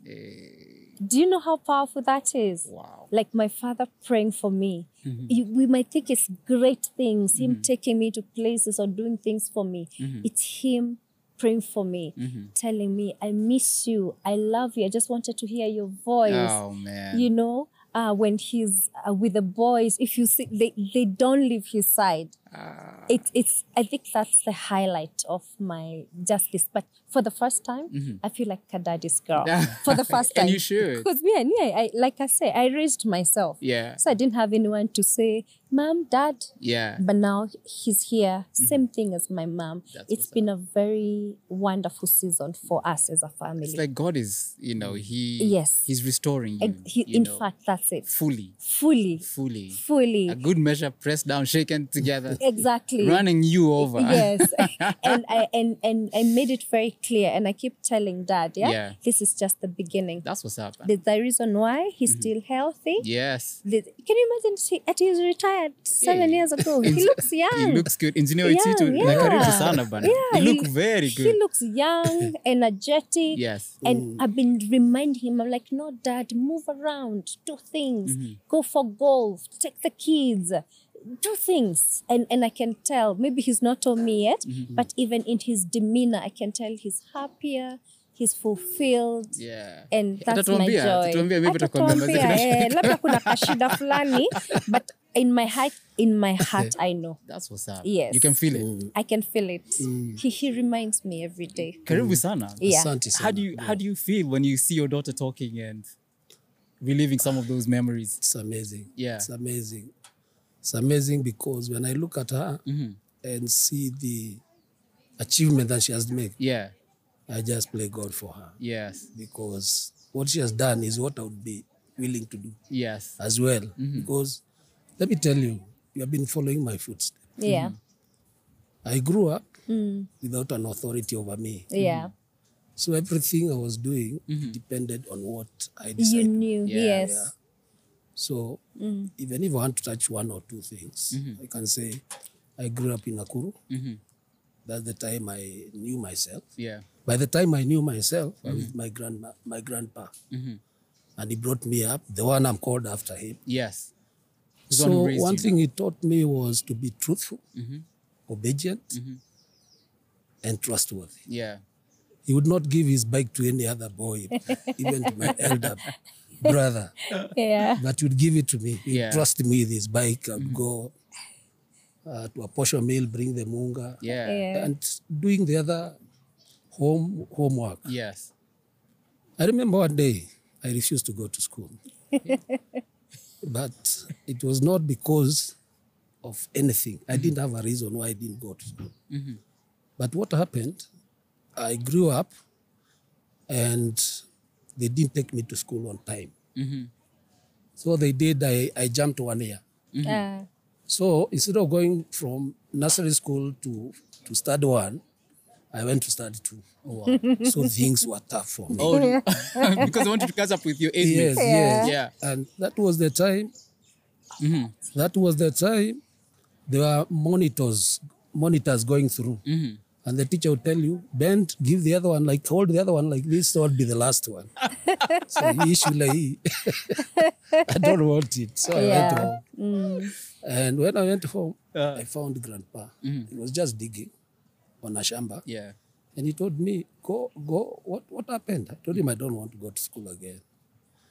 B: Do you know how powerful that is?
A: Eh, Wow.
B: Like my father praying for me. You, we might think it's great things, him taking me to places or doing things for me. It's him praying for me, telling me, I miss you, I love you, I just wanted to hear your voice
A: Oh man.
B: you know uh, when he's uh, with the boys if you see they, they don't leave his side
A: Ah.
B: it, it's i think that's the highlight of my justice but for the first time i feel like a daddy's girl for the first time
A: Mm-hmm. And you should.
B: because me and yeah I, like i say i raised myself
A: Yeah.
B: so i didn't have anyone to say mom dad
A: Yeah. Mm-hmm.
B: but now he's here same thing as my mom
A: That's
B: it's been a very wonderful season for us as a family
A: It's like God is, you know, He
B: Yes.
A: He's restoring you.
B: And he,
A: you
B: in
A: know,
B: fact that's it
A: fully,
B: fully
A: fully,
B: fully
A: a good measure pressed down, shaken together,
B: exactly
A: running you over.
B: yes and i and and i made it very clear and i keep telling dad yeah,
A: Yeah.
B: this is just the beginning
A: That's what's up. man.
B: there's the reason why he's
A: Mm-hmm.
B: still healthy
A: Yes.
B: The- can you imagine he, at his retired seven
A: Hey.
B: years ago he looks young
A: He looks good. Engineer
B: Yeah,
A: Ititu, na
B: yeah.
A: karibu sana bana.
B: Yeah,
A: you look
B: he-
A: very
B: he
A: good.
B: looks young energetic
A: yes.
B: and I've been reminding him, I'm like, no, dad, move around, do things,
A: Mm-hmm.
B: go for golf, take the kids, do things. And and I can tell, maybe he's not on me yet,
A: Mm-hmm.
B: but even in his demeanor, I can tell he's happier, he's fulfilled.
A: Yeah.
B: And that's my
A: Atatuambia,
B: joy.
A: atatuambia, maybe tutakuambia
B: Atatuambia,
A: mazee kuna-
B: eh, labda kuna kashida fulani, but in my heart, in my heart, I know.
A: That's what's up.
B: Yes.
A: You can feel it.
C: Mm,
B: I can feel it.
A: Mm.
B: He, he reminds me every day.
A: Karibu sana.
B: Yeah.
C: Asante sana.
A: How do you how do you feel when you see your daughter talking and reliving some of those memories?
C: It's amazing.
A: Yeah.
C: It's amazing. It's amazing because when I look at her
A: Mm-hmm.
C: and see the achievement that she has made,
A: Yeah.
C: I just play God for her
A: Yes.
C: because what she has done is what I would be willing to do
A: Yes.
C: as well.
A: Mm-hmm.
C: Because let me tell you, you have been following my footsteps.
A: Mm.
B: Yeah.
C: I grew up
B: Mm.
C: without an authority over me.
B: Yeah.
C: So everything I was doing
A: Mm-hmm.
C: depended on what I
B: You
C: decided.
B: knew.
A: Yeah,
B: yes.
A: Mm. Mm-hmm.
C: So even if I want to touch one or two things, I can say, I grew up in Nakuru. That's the time I knew myself.
A: Yeah.
C: By the time I knew myself, I
A: Mm-hmm.
C: was my grandma, my grandpa, and he brought me up. The one I'm called after him.
A: Yes. He's the one who
C: So
A: raised
C: one
A: you. Mm-hmm.
C: thing he taught me was to be truthful, obedient, and trustworthy.
A: Yeah.
C: He would not give his bike to any other boy, even to my elder brother,
B: Yeah.
C: but he would give it to me. He'd
A: Yeah.
C: trust me with his bike. I'd go uh, to a posho mill, bring the munga,
A: Yeah.
B: Yeah.
C: and doing the other home homework.
A: Yes.
C: I remember one day I refused to go to school. but it was not because of anything. I didn't have a reason why I didn't go to school. But what happened, I grew up and they didn't take me to school on time. So they did, I, I jumped one year.
B: Uh,
C: So instead of going from nursery school to, to start one, I went to start two. Oh, so things were tough for me.
A: Oh, because I wanted to catch up with your age
C: yes,
A: mates.
C: yes.
A: Yeah.
C: And that was the time. That was the time there were monitors, monitors going through. And the teacher would tell you, bend, give the other one, like hold the other one like this, so I'll be the last one. so hii shule hii, I don't want it. So I went
B: Yeah.
C: home. And when I went home, I found grandpa. He was just digging on a shamba.
A: Yeah.
C: And he told me, go, go. What, what happened? I told him I don't want to go to school again.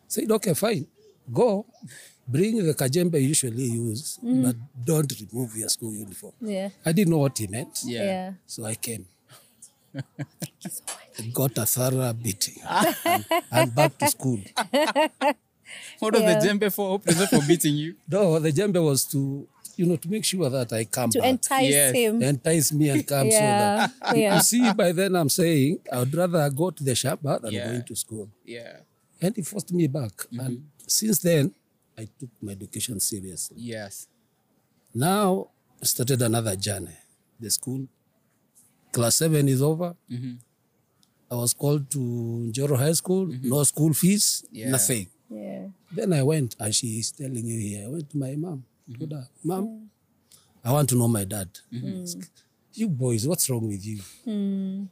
C: Said, okay, fine. Go. Bring the kajembe you usually use,
B: Mm.
C: but don't remove your school uniform.
B: yeah.
C: I didn't know what he meant,
A: Yeah.
B: Yeah.
C: so I came. Got a thorough beating. and, and back to school.
A: What was the djembe for? Hope it's not for beating you.
C: No, the jembe was to, you know, to make sure that I come
B: To
C: back.
B: entice
A: Yes.
B: him.
C: entice me and come so
B: Yeah.
C: that.
B: yeah.
C: You see, by then I'm saying I would rather go to the shamba than
A: Yeah.
C: going to school.
A: Yeah.
C: and Yaani, he forced me back.
A: Mm-hmm.
C: And since then, I took my education seriously.
A: Yes.
C: Now I started another journey. The school, class seven is over.
A: Mm-hmm.
C: I was called to Njoro High School. No school fees,
A: Mm-hmm. Yeah.
C: nothing.
B: Yeah.
C: Then I went, and she is telling you here. I went to my mom. Told her,
A: Mm-hmm.
C: "Mom, I want to know my dad. You boys, what's wrong with you?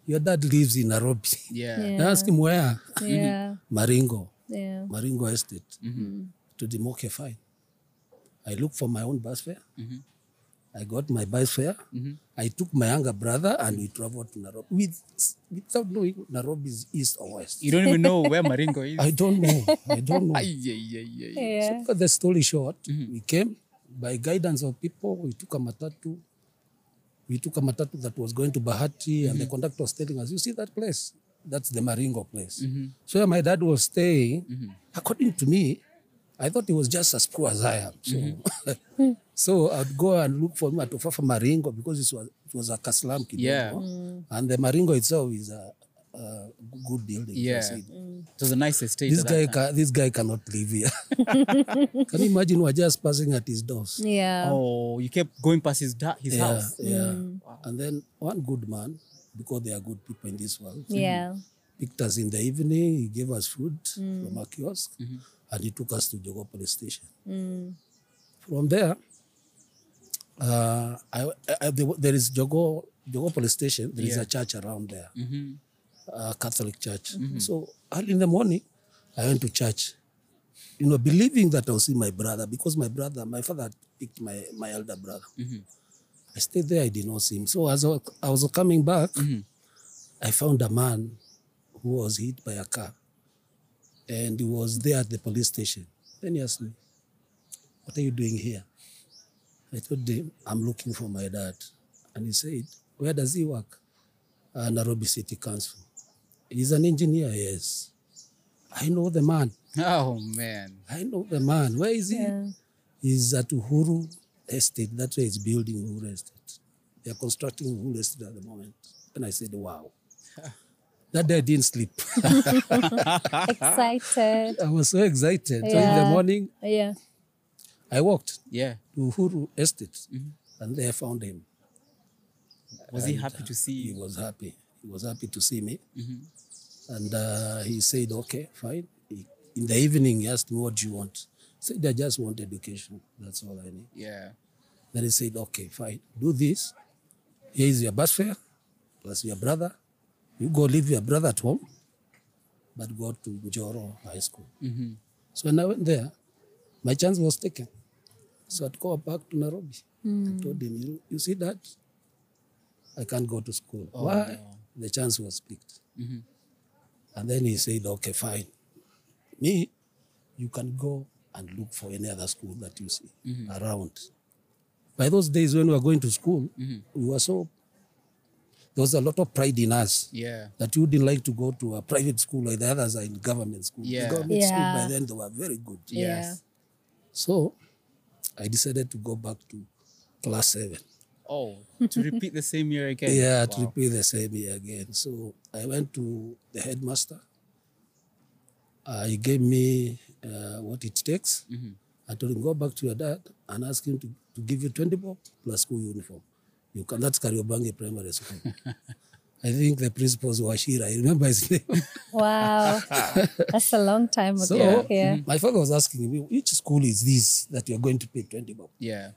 C: Your dad lives in Nairobi.
A: Yeah.
B: Hmm. Yeah.
C: I asked him where.
B: Yeah.
C: Maringo.
B: Yeah.
C: Maringo Estate to the Moke fine. I looked for my own bus fare. I got my bus fare. I took my younger brother and we traveled to Nairobi with, without knowing Nairobi is east or west.
A: You don't even know where Maringo is.
C: I don't know. I don't know.
A: Ay, yeah, yeah, yeah.
C: So
B: Yeah.
C: to cut the story short,
A: Mhm.
C: we came by guidance of people. We took a matatu. We took a matatu that was going to Bahati, and
A: Mhm.
C: the conductor was telling us, "You see that place? That's the Maringo place."
A: Mhm.
C: So where my dad was staying. According to me, I thought he was just as poor as I am. So,
A: Mhm.
C: so I'd go and look for him at Ofafa Maringo because it was it was a kaslam kidogo.
A: Yeah.
C: and the Maringo itself is a, a good building. you
A: Yeah.
C: see.
A: It was a nice estate.
C: This
A: at that
C: guy, ca- this guy cannot live here. Can you imagine? We're just passing at his doors.
A: time.
B: Yeah.
A: Oh, you kept going past his da- his house. Mm.
C: yeah. And then one good man, because there are good people in this world,
B: Yeah.
C: picked us in the evening. He gave us food
A: Mm.
C: from a kiosk,
A: Mm-hmm.
C: and he took us to Jogo Police Station.
A: Mm.
C: From there, uh, I, I- I- there, wa- there is Jogo Jogo Police Station. There is a church around there,
A: Mm-hmm.
C: a uh, Catholic church. So early in the morning, I went to church. You know, believing that I'll see my brother because my brother, my father had picked my, my elder brother. I stayed there. I did not see him. So as I was- I was coming back, I found a man who was hit by a car and he was there at the police station. Then he asked me, What are you doing here? I told him, I'm looking for my dad. And he said, Where does he work? Uh, Nairobi City Council. He's an engineer, yes. I know the man.
A: Oh man.
C: I know the man. Where is he?
B: Yeah.
C: He's at Uhuru Estate. That's where he's building Uhuru Estate. They're constructing Uhuru Estate at the moment. And I said, Wow. that day I didn't sleep.
B: Excited.
C: I was so excited. So in the
B: Yeah.
C: morning,
B: Yeah.
C: I walked
A: Yeah.
C: to Uhuru Estate
B: Mm-hmm.
C: and there I found him.
A: Was he happy to see
C: He
A: you?
C: was happy. He was happy to see me. And uh, he said, okay, fine. He- in the evening, he asked me, what do you want? I said, I just want education. That's all I need.
A: Yeah.
C: Then he said, okay, fine, do this. Here is your bus fare, plus your brother. You go leave your brother at home, but go to Joro High School. So when I went there, my chance was taken. So I'd go back to Nairobi. I told him, you, you see that? I can't go to school. Why? The chance was picked. And then he said, okay, fine. Me, you can go and look for any other school that you see around. By those days when we were going to school, we were so, there was a lot of pride in us
A: Yeah.
C: that you didn't like to go to a private school like the others are in government school. The
A: Yeah.
C: government school
B: Yeah.
C: by then they were very good.
A: Yes.
C: So I decided to go back to class seven.
A: Oh, to repeat the same year again.
C: Yeah, to
A: Wow.
C: repeat the same year again. So I went to the headmaster. Uh, he gave me uh, what it takes.
A: Mm-hmm.
C: I told him, go back to your dad and ask him to, to give you 20 bob plus school uniform. You can, that's Kariobangi Primary School. I think the principal's Washira. I remember his name.
B: Wow. That's a long time ago.
C: So
A: mm-hmm.
B: yeah.
C: my father was asking me, which school is this that you're going to pay 20 bob?
A: Yeah.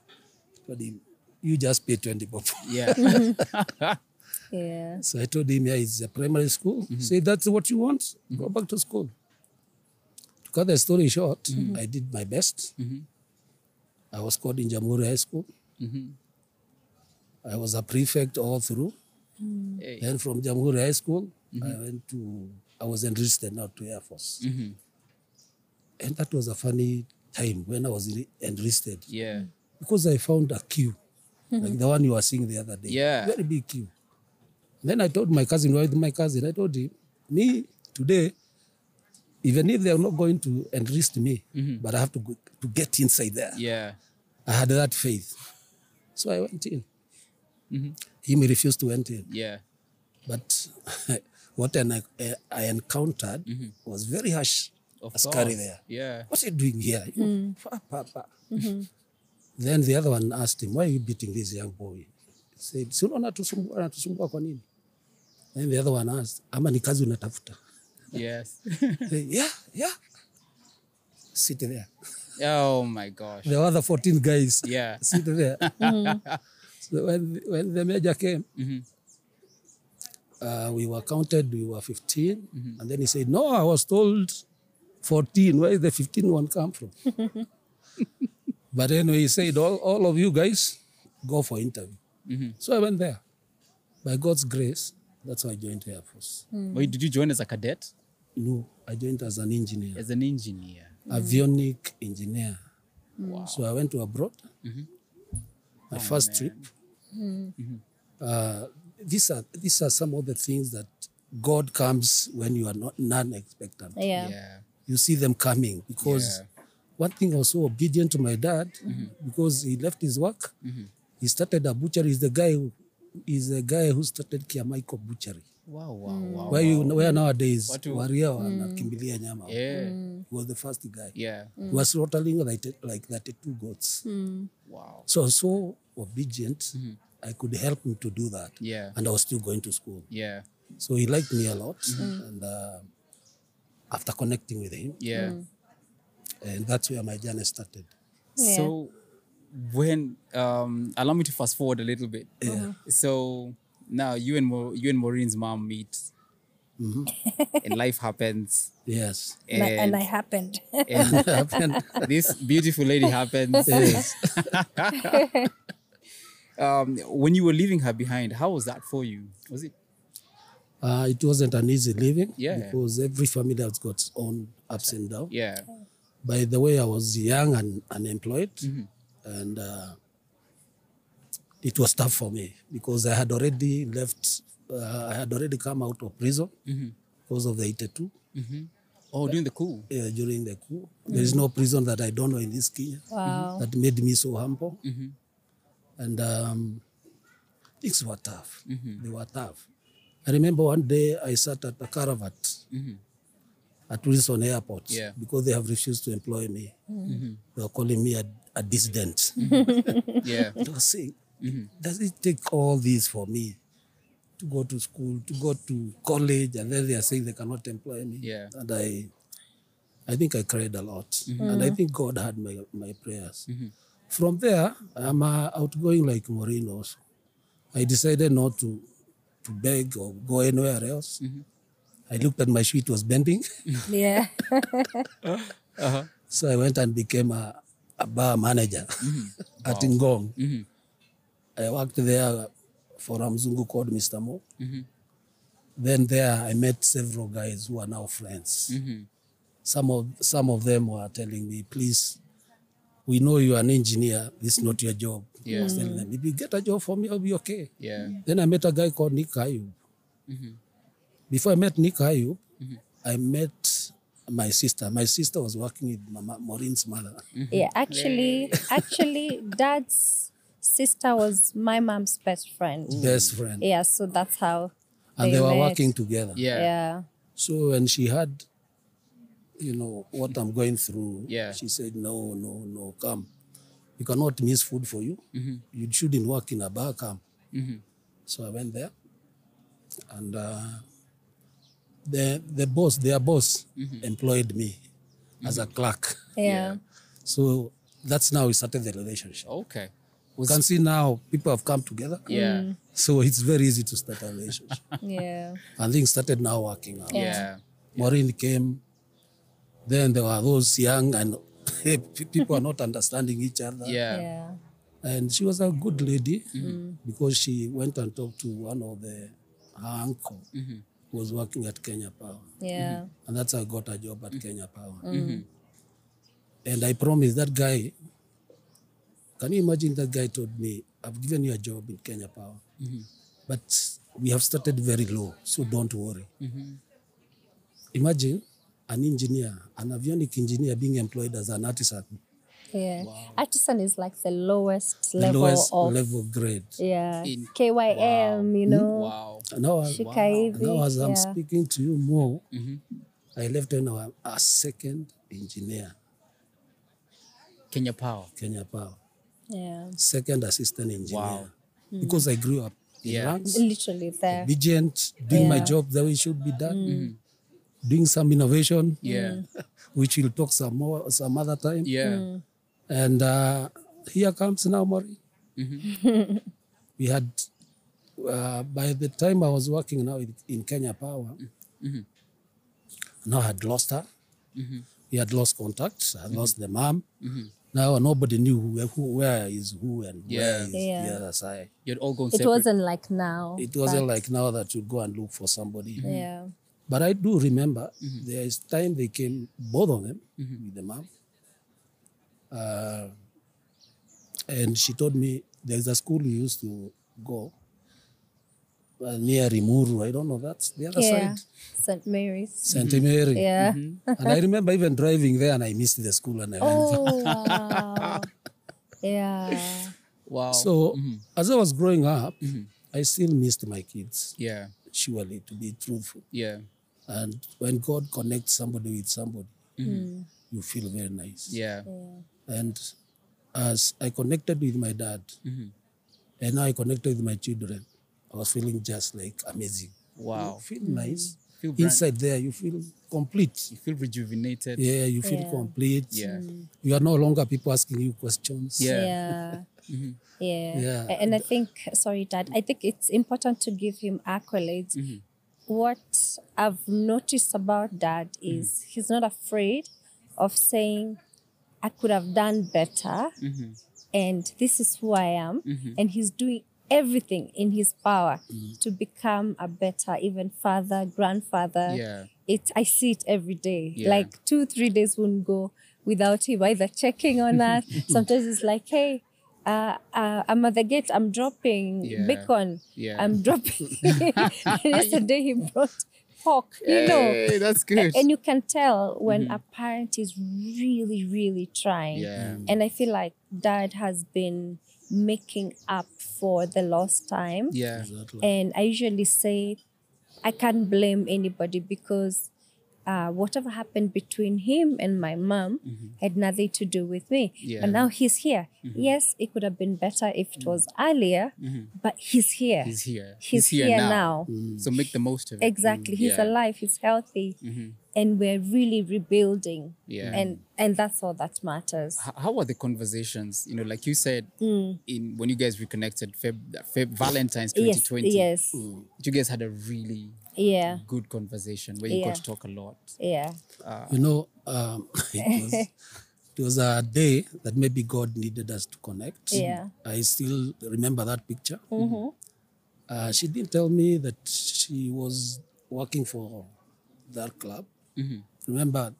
C: I told him, you just pay 20 bob.
A: Yeah.
B: Yeah.
C: So I told him, yeah, it's a primary school. Say that's what you want. Go back to school. To cut the story short, I did my best. I was called in Jamhuri High School. I was a prefect all through.
A: Hey.
C: Then from Jamhuri High School, I went to, I was enlisted now to Air Force. And that was a funny time when I was en- enlisted
A: Yeah.
C: because I found a queue, like the one you were seeing the other day.
A: Mm-hmm. Yeah.
C: Very big queue. Then I told my cousin, with my cousin, I told him, me today, even if they're not going to enlist me, but I have to go, to get inside there.
A: Mm-hmm. Yeah.
C: I had that faith. So I went in.
A: Mm-hmm.
C: Him, he refused to enter.
A: Yeah.
C: But what an, I, I encountered was very harsh.
A: Mm-hmm. Of
C: askari
A: course.
C: there
A: Yeah.
C: what are you doing here? You- pa, pa, pa. Then the other one asked him, why are you beating this young boy? He said, si unaona anatusumbua anatusumbua kwa nini? Then the other one asked, ama ni kazi unatafuta?
A: Yes.
C: Say, yeah, yeah. Sit there.
A: oh my gosh.
C: The other 14 guys
A: Yeah.
C: sit there. so when, when the major came, uh, we were counted, we were 15. And then he said, No, I was told 14. Where is the 15 one come from? but anyway, he said, all, all of you guys go for interview. So I went there. By God's grace, that's how I joined the Air Force.
A: Wait, did you join as a cadet?
C: No, I joined as an engineer.
A: As an engineer.
C: avionic engineer. So I went to abroad.
A: Mm-hmm.
C: My
A: Oh,
C: first trip. Uh, these are these are some of the things that God comes when you are not non-expectant.
B: Yeah.
A: Yeah.
C: You see them coming because one thing I was so obedient to my dad
A: Mm-hmm.
C: because he left his work. He started a butchery. He's the guy who is the guy who started Kiamaiko butchery.
A: Wow, wow, Oh, wow.
C: Where you where nowadays
A: Watu-
C: waria wanakimbilia nyama.
A: Yeah.
C: He was the first guy
A: Yeah.
C: was slaughtering like, th- like 32 goats.
A: Wow.
C: So I was so obedient, I could help him to do that.
A: Mm-hmm. Yeah.
C: And I was still going to school.
A: Yeah.
C: So he liked me a lot.
A: Mm-hmm.
C: And uh, after connecting with him,
A: Yeah.
C: and that's where my journey started.
B: Yeah.
A: So when um allow me to fast forward a little bit.
C: Yeah.
A: So now you and Mo- you and Maureen's mom meet Mm-hmm. and life happens.
C: Yes.
B: And, I, and I
A: And,
B: happened.
A: and
C: Happened.
A: this beautiful lady happens.
C: yes.
A: Um, when you were leaving her behind, how was that for you? Was it?
C: Uh, it wasn't an easy living
A: Yeah.
C: because every family has got its own ups and downs.
A: Yeah.
C: by the way, I was young and unemployed, and uh, it was tough for me because I had already left. Uh, I had already come out of prison because of the 82
A: Oh, doing the cool.
C: uh, during the coup. There is no prison that I don't know in this Kenya
B: Wow.
C: that made me so humble. And um, things were tough. They were tough. I remember one day I sat at a caravat at Wilson Airport
A: Yeah.
C: because they have refused to employ me. They were calling me a, a dissident.
A: Yeah.
C: I was saying, does it take all this for me to go to school, to go to college, and then they are saying they cannot employ me?
A: Yeah.
C: And I, I think I cried a lot, and I think God had my my prayers. From there, I'm uh, outgoing like Maureen also. I decided not to, to beg or go anywhere else. I looked at my shoe, it was bending.
B: Yeah.
C: So I went and became a, a bar manager at Ngong.
A: Mm-hmm.
C: I worked there for a Mzungu called Mr. Mo. Then there I met several guys who are now friends. Some of some of them were telling me, please, we know you are an engineer. This is not your job. I
A: Yeah.
C: was telling them, if you get a job for me, I'll be okay.
A: Yeah.
C: Then I met a guy called Nick Ayub. Before I met Nick Ayub, I met my sister. My sister was working with Mama Maureen's mother.
A: Mm-hmm.
B: Yeah, actually, actually, dad's sister was my mom's best friend.
C: best friend.
B: Yeah, so that's how.
C: And they were
B: met.
C: working together.
A: Yeah.
B: Yeah.
C: So when she had, you know, what I'm going through,
A: Yeah.
C: she said, No, no, no, come. You cannot miss food for you.
A: Mm-hmm.
C: You shouldn't work in a bar, come. So I went there. And uh, the, the boss, their boss,
A: Mm-hmm.
C: employed me as a clerk.
B: Yeah.
C: So that's now we started the relationship.
A: Okay.
C: You can see now people have come together.
A: Yeah.
C: So it's very easy to start a relationship.
B: Yeah.
C: and things started now working out.
A: Yeah.
C: Maureen came. Then there were those young and people are not understanding each other.
A: Yeah.
B: Yeah.
C: And she was a good lady because she went and talked to one of the her uncle who was working at Kenya Power.
B: Yeah.
A: Mm-hmm.
C: And that's how I got a job at Kenya Power. Mm-hmm. And I promised that guy, can you imagine that guy told me, I've given you a job in Kenya Power, but we have started very low, so don't worry. Imagine an engineer, an avionic engineer being employed as an artisan,
B: Yeah. Artisan is like the lowest
C: the
B: level
C: lowest
B: of
C: level grade.
B: yeah
A: In-
B: KYM. You know,
A: Wow.
C: Now, I-
B: Shika hivi,
C: now as I'm
B: yeah.
C: speaking to you more, I left and I'm a second engineer,
A: Kenya Power.
C: Kenya Power.
B: yeah,
C: second assistant engineer
A: Wow.
C: because I grew up in
A: Yeah.
C: ranks,
B: literally there.
C: obedient, doing my
B: Yeah.
C: job the way it should be done, doing some innovation,
A: Yeah.
C: which we'll talk some more some other time.
A: Yeah.
B: Mm.
C: And uh, here comes now Mori.
B: Mm-hmm.
C: we had, uh, by the time I was working now in, in Kenya Power,
B: Mm-hmm.
C: now I had lost her. We had lost contact. I lost the
B: Mm-hmm.
C: mom. Now nobody knew who, who, where is who and
A: Yeah.
C: where is
B: Yeah.
C: the other side.
A: You'd all gone
B: It
A: separate.
B: wasn't like now.
C: It wasn't
B: but-
C: like now that you go and look for somebody.
B: yeah,
A: Mm-hmm.
C: But I do remember there is time they came, both of them, with the mom. Uh, and she told me there's a school we used to go uh, near Rimuru. I don't know, that's the other
B: yeah.
C: side,
B: St. Mary's.
C: St. Mary.
B: Yeah.
A: Mm-hmm.
C: And I remember even driving there and I missed the school and I went.
B: Oh wow. yeah.
A: wow.
C: So as I was growing up, I still missed my kids,
A: yeah.
C: surely, to be truthful.
A: Yeah.
C: And when God connects somebody with somebody,
B: Mm.
C: you feel very nice.
A: Yeah.
C: And as I connected with my dad,
A: Mm-hmm.
C: and now I connected with my children, I was feeling just like amazing.
A: Wow.
C: You feel nice.
A: Feel brand-
C: Inside there, you feel complete.
A: You feel rejuvenated.
C: Yeah, you feel
B: Yeah.
C: complete.
A: Yeah.
C: You are no longer people asking you questions.
A: Yeah.
B: Yeah. Yeah.
C: Yeah.
B: A- And I think, sorry, Dad, I think it's important to give him accolades. What I've noticed about Dad is he's not afraid of saying, I could have done better, and this is who I am. And he's doing everything in his power to become a better, even father, grandfather
A: Yeah.
B: it I see it every day.
A: Yeah.
B: Like two, three days wouldn't go without him either checking on us. Sometimes it's like, hey, uh, uh, I'm at the gate, I'm dropping
A: Yeah.
B: bacon.
A: Yeah.
B: I'm dropping. Yesterday he brought pork, you know.
A: Hey, that's good.
B: A- And you can tell when
A: Mm-hmm.
B: a parent is really, really trying.
A: Yeah.
B: And I feel like dad has been making up for the lost time.
A: Yeah.
C: Exactly.
B: And I usually say I can't blame anybody because uh, whatever happened between him and my mom had nothing to do with me.
A: Mm-hmm. Yeah. Mm-hmm.
B: But now he's here. Yes, it could have been better if it was earlier, but he's here.
A: He's here.
B: He's here now.
A: So make the most of it.
B: Exactly. He's
A: yeah. Mm-hmm.
B: alive. He's healthy. And we're really rebuilding.
A: Yeah.
B: And and that's all that matters.
A: H- How are the conversations? You know, like you said,
B: Mm.
A: in when you guys reconnected, Feb, Feb, Valentine's
B: Yes.
A: 2020,
B: Yes.
A: you guys had a really
B: Yeah.
A: good conversation where you
B: Yeah.
A: got to talk a lot.
B: Yeah.
C: You know, um, it, was, it was a day that maybe God needed us to connect.
B: Yeah. Mm-hmm.
C: I still remember that picture. Uh, she didn't tell me that she was working for that club.
A: Mm-hmm.
C: Remember,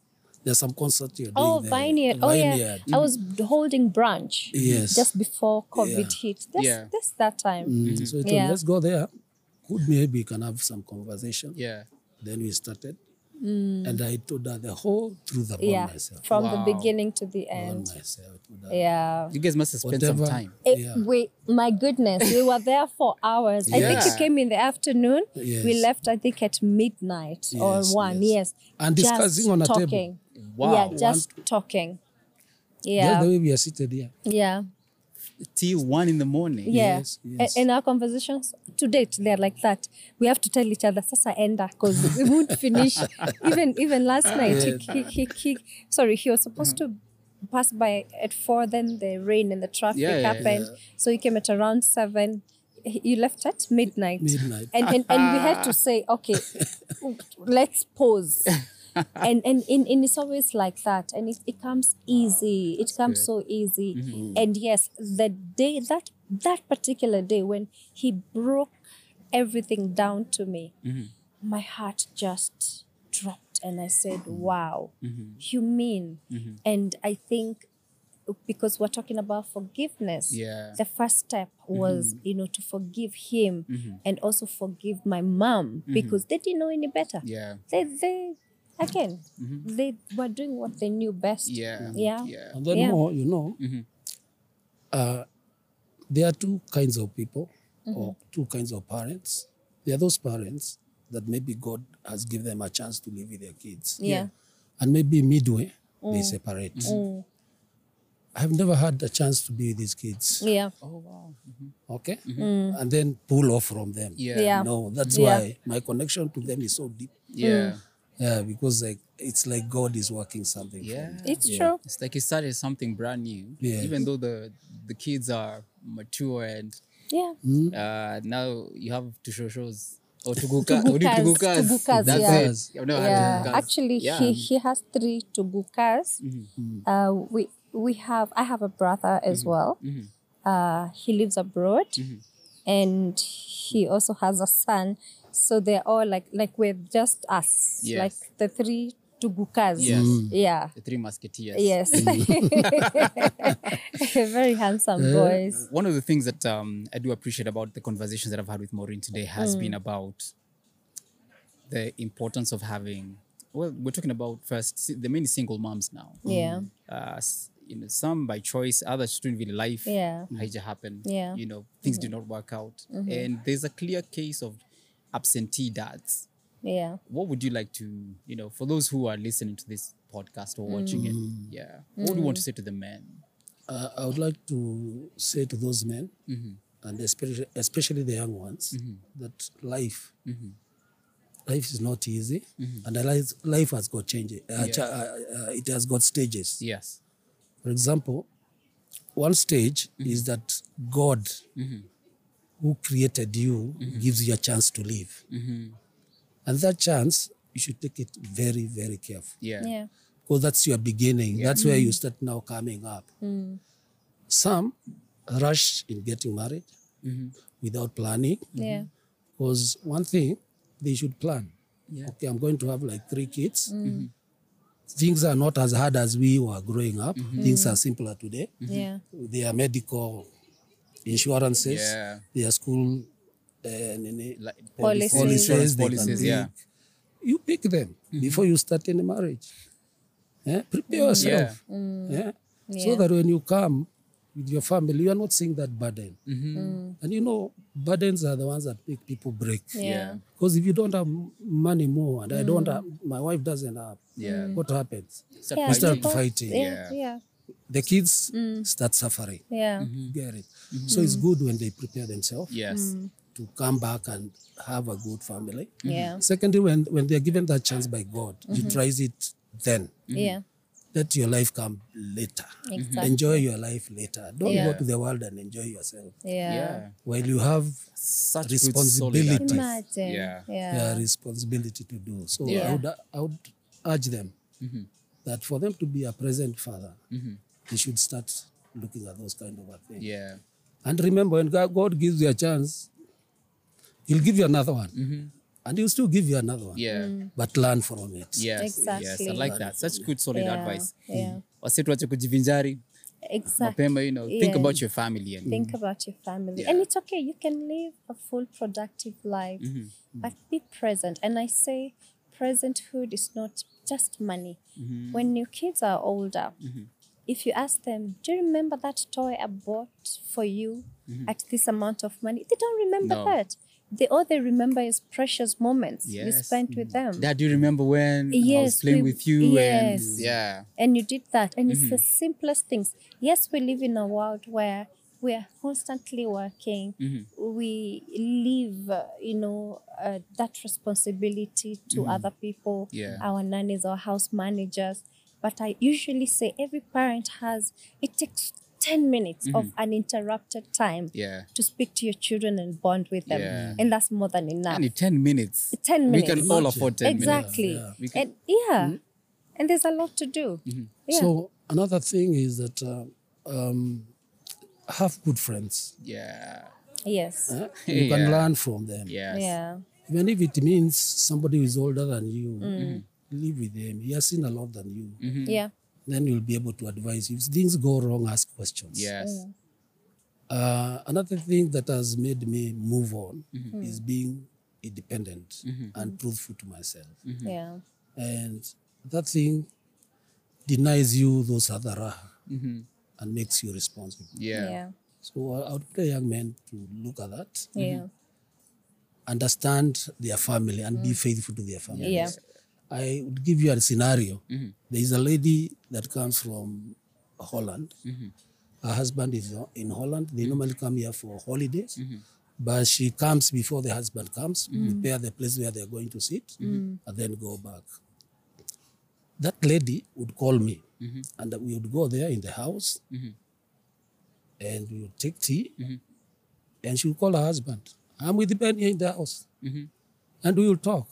C: there's some concert you're
B: Oh,
C: doing there.
B: vineyard. Oh, yeah.
C: Vineyard.
B: I was b- holding brunch
C: Yes.
B: just before COVID hit. That's,
A: Yeah.
B: that's that time.
C: Mm, So I told,
B: Yeah.
C: let's go there. Could maybe we can have some conversation.
A: Yeah.
C: Then we started. And I told her the whole truth about
B: Mm. Yeah.
C: myself.
B: From
A: Wow.
B: the beginning to the
C: About
B: end.
C: myself. I told her
B: Yeah.
A: You guys must have spent some
C: whatever-
A: time.
B: It-
C: Yeah.
B: We, my goodness, we were there for hours. I think you
A: Yeah.
B: came in the afternoon. We
C: Yes.
B: left, I think, at midnight
C: Yes,
B: or one.
C: yes.
B: Yes.
C: And
B: Just
C: discussing on a table.
B: talking.
A: Wow.
B: Yeah, just talking.
C: Just
B: Yeah.
C: the way we are seated here.
B: yeah.
A: Till one in the morning.
B: Yeah.
C: Yes,
B: A-
C: yes.
B: In our conversations to date, they're like that. We have to tell each other, Sasa enda, because we won't finish. even even last night, he- he, he, he, sorry, he was supposed to pass by at four, then the rain and the traffic
A: Yeah, yeah,
B: happened. So he came at around seven. He- You left at midnight.
C: Midnight.
B: And, and, and we had to say, okay, let's pause. and and, and, and it's always like that. And it, it comes easy. It comes so easy. And yes, the day that that particular day when he broke everything down to me, my heart just dropped and I said,
A: Mm-hmm.
B: Wow, you mean? And I think because we're talking about forgiveness
A: Yeah. Mm-hmm.
B: the first step was you know to forgive him and also forgive my mom because they didn't know any better
A: Mm-hmm. Yeah. Mm-hmm.
B: they they again they were doing what they knew best
A: Yeah.
B: yeah
A: mm, Yeah.
C: And then
B: Yeah.
C: more, you know,
A: Mm-hmm.
C: uh, there are two kinds of people
B: Mm-hmm.
C: or two kinds of parents. There are those parents that maybe God has given them a chance to live with their kids.
B: Yeah. Mm.
C: And maybe midway, they separate.
A: Mm-hmm.
C: I've never had a chance to be with these kids,
B: yeah
A: Oh wow.
C: okay? And then pull off from them.
A: Mm-hmm. Yeah.
B: Mm. Yeah.
C: No, that's
B: Yeah.
C: why my connection to them is so deep.
B: Hmm.
A: Yeah.
C: Yeah, because like it's like God is working something. for
A: Yeah.
C: me.
B: it's true
A: It's like you started something brand new.
C: Yeah.
A: Even though the the kids are mature and
B: yeah
A: uh, now you have to show shows Oh, or to go ka- or to
B: Tugukas,
A: go kas.
B: tugukas,
A: That's
B: yeah.
A: it. I've never
B: yeah.
A: had tugukas.
B: Actually,
A: yeah. Mm-hmm.
B: he he has three tubukas. Uh, we we have I have a brother as
A: Mm-hmm.
B: well. Uh, he lives abroad, and he also has a son. So they're all like like we're just us,
A: Yes.
B: like the three tubukas.
A: Yes. Mm.
B: Yeah.
A: the three musketeers.
B: Yes. Very handsome boys.
A: One of the things that um, I do appreciate about the conversations that I've had with Maureen today has
B: Mm.
A: been about the importance of having. Well, we're talking about first si- the many single moms now.
B: Yeah.
A: Uh, s- you know, some by choice, others student really life.
B: Yeah.
A: Hija happened.
B: Yeah. Mm-hmm.
A: You know, things did not work out, and there's a clear case of absentee dads.
B: Yeah.
A: what would you like to you know for those who are listening to this podcast or watching
B: Mm.
A: it yeah what do you want to say to the men
C: uh, I would like to say to those men, and especially, especially the young ones, that life, life is not easy, and the life, life has got changes. Uh, cha- uh, uh, it has got stages.
A: yes
C: For example, one stage is that God, who created you, gives you a chance to live, and that chance you should take it very, very careful
A: yeah Mm-hmm.
B: Yeah.
C: because that's your beginning. That's where
A: Mm.
C: you start now coming up. Some rush in getting married
A: Mm-hmm.
C: without planning.
B: Yeah.
C: Because one thing they should plan.
A: Yeah. Mm.
C: Okay, I'm going to have like three kids. Mm-hmm. Things are not as hard as we were growing up.
A: Mm-hmm.
C: Things are simpler today.
B: Yeah.
C: There are medical insurances.
A: Yeah.
C: There are school uh, nini-
A: Like,
B: Policies.
A: Insurance
C: they can
A: policies,
C: pick.
A: yeah.
C: You pick them before you start any marriage. Eh, Prepare yourself. Yeah. So
B: Mm. Yeah.
C: that when you come, with your family, you are not seeing that burden.
B: Mm.
C: And you know, burdens are the ones that make people break.
A: Yeah.
C: Because if you don't have money more, and I don't
B: Mm.
C: have, my wife doesn't have,
A: Yeah.
C: what happens?
A: Start
B: Yeah.
C: You
A: fighting.
C: start fighting.
B: Yeah.
A: Yeah. Mm-hmm.
B: Yeah.
C: The kids
B: Mm.
C: start suffering.
B: Yeah.
C: You Get it? So it's good when they prepare themselves
A: Yes.
B: Mm.
C: to come back and have a good family.
A: Mm-hmm.
B: Yeah. Mm-hmm.
C: Secondly, when, when they're given that chance by God, utilize it then.
B: Yeah.
A: Mm-hmm.
C: Let your life come later.
B: Exactly.
C: Enjoy your life later. Don't
B: Yeah.
C: go to the world and enjoy yourself.
A: Yeah.
B: Yeah.
C: While you have
A: Such
C: Responsibility.
A: Good solid advice.
B: Imagine.
A: Yeah.
C: yeah,
B: Yeah.
C: responsibility to do. So
A: Yeah.
C: I, would, I would urge them that for them to be a present father, they should start looking at those kind of a things.
A: yeah.
C: And remember, when God God gives you a chance, He'll give you another one. And He'll still give you another one.
A: Yeah.
C: But learn from it.
A: Yes. Yes.
B: Mm. Exactly.
A: I like that. Such good solid
B: Yeah.
A: advice.
B: Yeah.
A: Wasitu wache kujivinjari
B: Exactly.
A: mapema, you know, think
B: Yeah.
A: about your family and
B: Think about your family. And it's okay. You can live a full, productive life,
A: Mm-hmm.
B: but be present. And I say, presenthood is not just money.
A: Mm-hmm.
B: When your kids are older, if you ask them, Do you remember that toy I bought for you at this amount of money? They don't remember
A: Mm-hmm. No.
B: that. They all they remember is precious moments you
A: Yes.
B: spent with them.
A: Dad, do you remember when I was
B: Yes,
A: playing
B: we-
A: with you?
B: yes.
A: And yeah.
B: and you did that and it's the
A: Mm-hmm.
B: simplest things yes we live in a world where we are constantly working
A: Mm-hmm.
B: we live uh, you know uh, that responsibility to other people
A: Mm-hmm. Yeah.
B: our nannies or house managers but i usually say every parent has it takes 10 minutes of uninterrupted time
A: Mm-hmm. Yeah.
B: to speak to your children and bond with them
A: Yeah.
B: and that's more than enough
A: Only 10 minutes.
B: 10 minutes
A: We can all afford 10 minutes.
B: exactly
C: Yeah.
A: We can- Mm-hmm.
B: and yeah and there's a lot to do yeah
C: So another thing is that um, um, have good friends.
A: Yeah.
B: yes
C: huh? You
A: Yeah.
C: can learn from them.
A: Yes.
B: yeah
C: Even if it means somebody who is older than you, live with them. He has seen a lot than you.
B: yeah
C: Then you'll be able to advise. If things go wrong, ask questions.
A: Yes.
B: Mm.
C: Uh, another thing that has made me move on is being independent and truthful to myself.
B: yeah
C: And that thing denies you those other raha and makes you responsible.
A: Yeah.
B: yeah
C: So I I would tell young men to look at that,
B: yeah
C: understand their family, and be faithful to their family.
B: yeah
C: I would give you a scenario. There is a lady that comes from Holland. Her husband is ho- in Holland. They normally come here for holidays, but she comes before the husband comes, prepare the place where they're going to sit, and then go back. That lady would call me, and we would go there in the house, and we would take tea, and she would call her husband. I'm with Ben here in the house, and we will talk.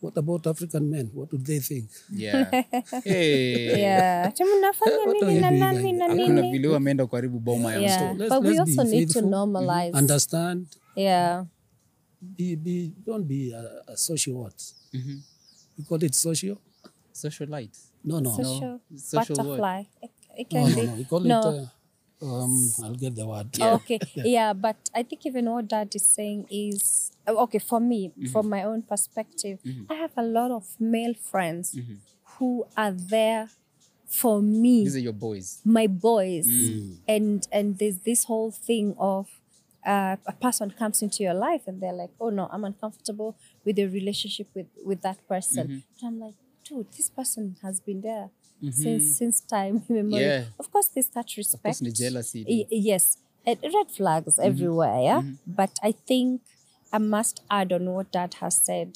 C: What about African men? What do they think?
A: Yeah. Hey.
B: yeah Ati mnafanya
C: What are
B: nini
C: you
B: na
C: doing
B: nani
C: like
B: na
C: that?
A: Kuna
B: nini
A: vile wameenda kuharibu boma ya
B: yeah
A: mtu.
C: let's-
B: but we
C: let's be
B: also need to
C: faithful. Mm-hmm.
B: normalize
C: Understand.
B: yeah
C: Be, be, don't be a, a socialite.
A: Mm-hmm.
C: You call it social?
A: Socialite.
C: No, no.
B: social
A: Social what?
B: butterfly it, it
C: No,
B: can
C: no,
B: be
C: no. You call
B: no Oh,
C: it, uh, um, I'll get the word.
B: okay yeah but i think even what dad is saying is oh, okay for me
C: Mm-hmm.
B: from my own perspective i have a lot of male friends
C: Mm-hmm.
B: who are there for me
A: These are your boys.
B: my boys and and there's this whole thing of uh, a person comes into your life and they're like oh no i'm uncomfortable with your relationship with with that person and i'm like dude this person has been there since since time immemorial
A: Yeah.
B: of course they start respect
A: ni jealousy.
B: Y- yes and red flags everywhere yeah but i think i must add on what dad has said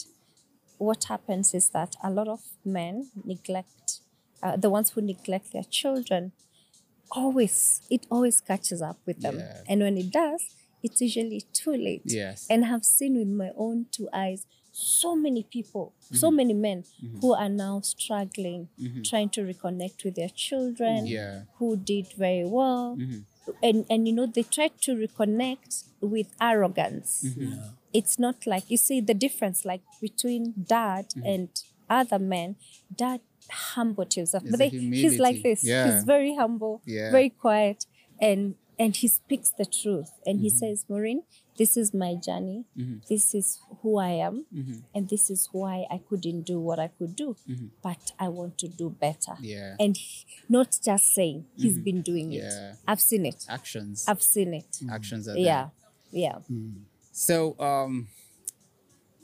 B: what happens is that a lot of men neglect uh, the ones who neglect their children always it always catches up with them
A: Yeah.
B: and when it does it's usually too late
A: Yes.
B: and have seen with my own two eyes so many people
A: Mm-hmm.
B: so many men who are now struggling trying to reconnect with their children
A: Mm. Yeah. Mm-hmm.
B: who did very well and and you know they try to reconnect with arrogance
A: Mm-hmm.
B: it's not like you see the difference like between dad
A: Mm-hmm.
B: and other men dad humbled himself
A: There's
B: but
A: a
B: they, he's like
A: humility.
B: this
A: Yeah.
B: he's very humble
A: Yeah. Mm-hmm.
B: very quiet and and he speaks the truth and he says maureen this is my journey, this is who I am,
A: Mm-hmm.
B: and this is why I couldn't do what I could do, but I want to do better.
A: Yeah. Mm-hmm.
B: And he- not just saying, he's been doing
A: Yeah.
B: it. I've seen it.
A: Actions.
B: I've seen it.
A: Actions are there.
B: Yeah. Yeah.
A: Mm-hmm. So um,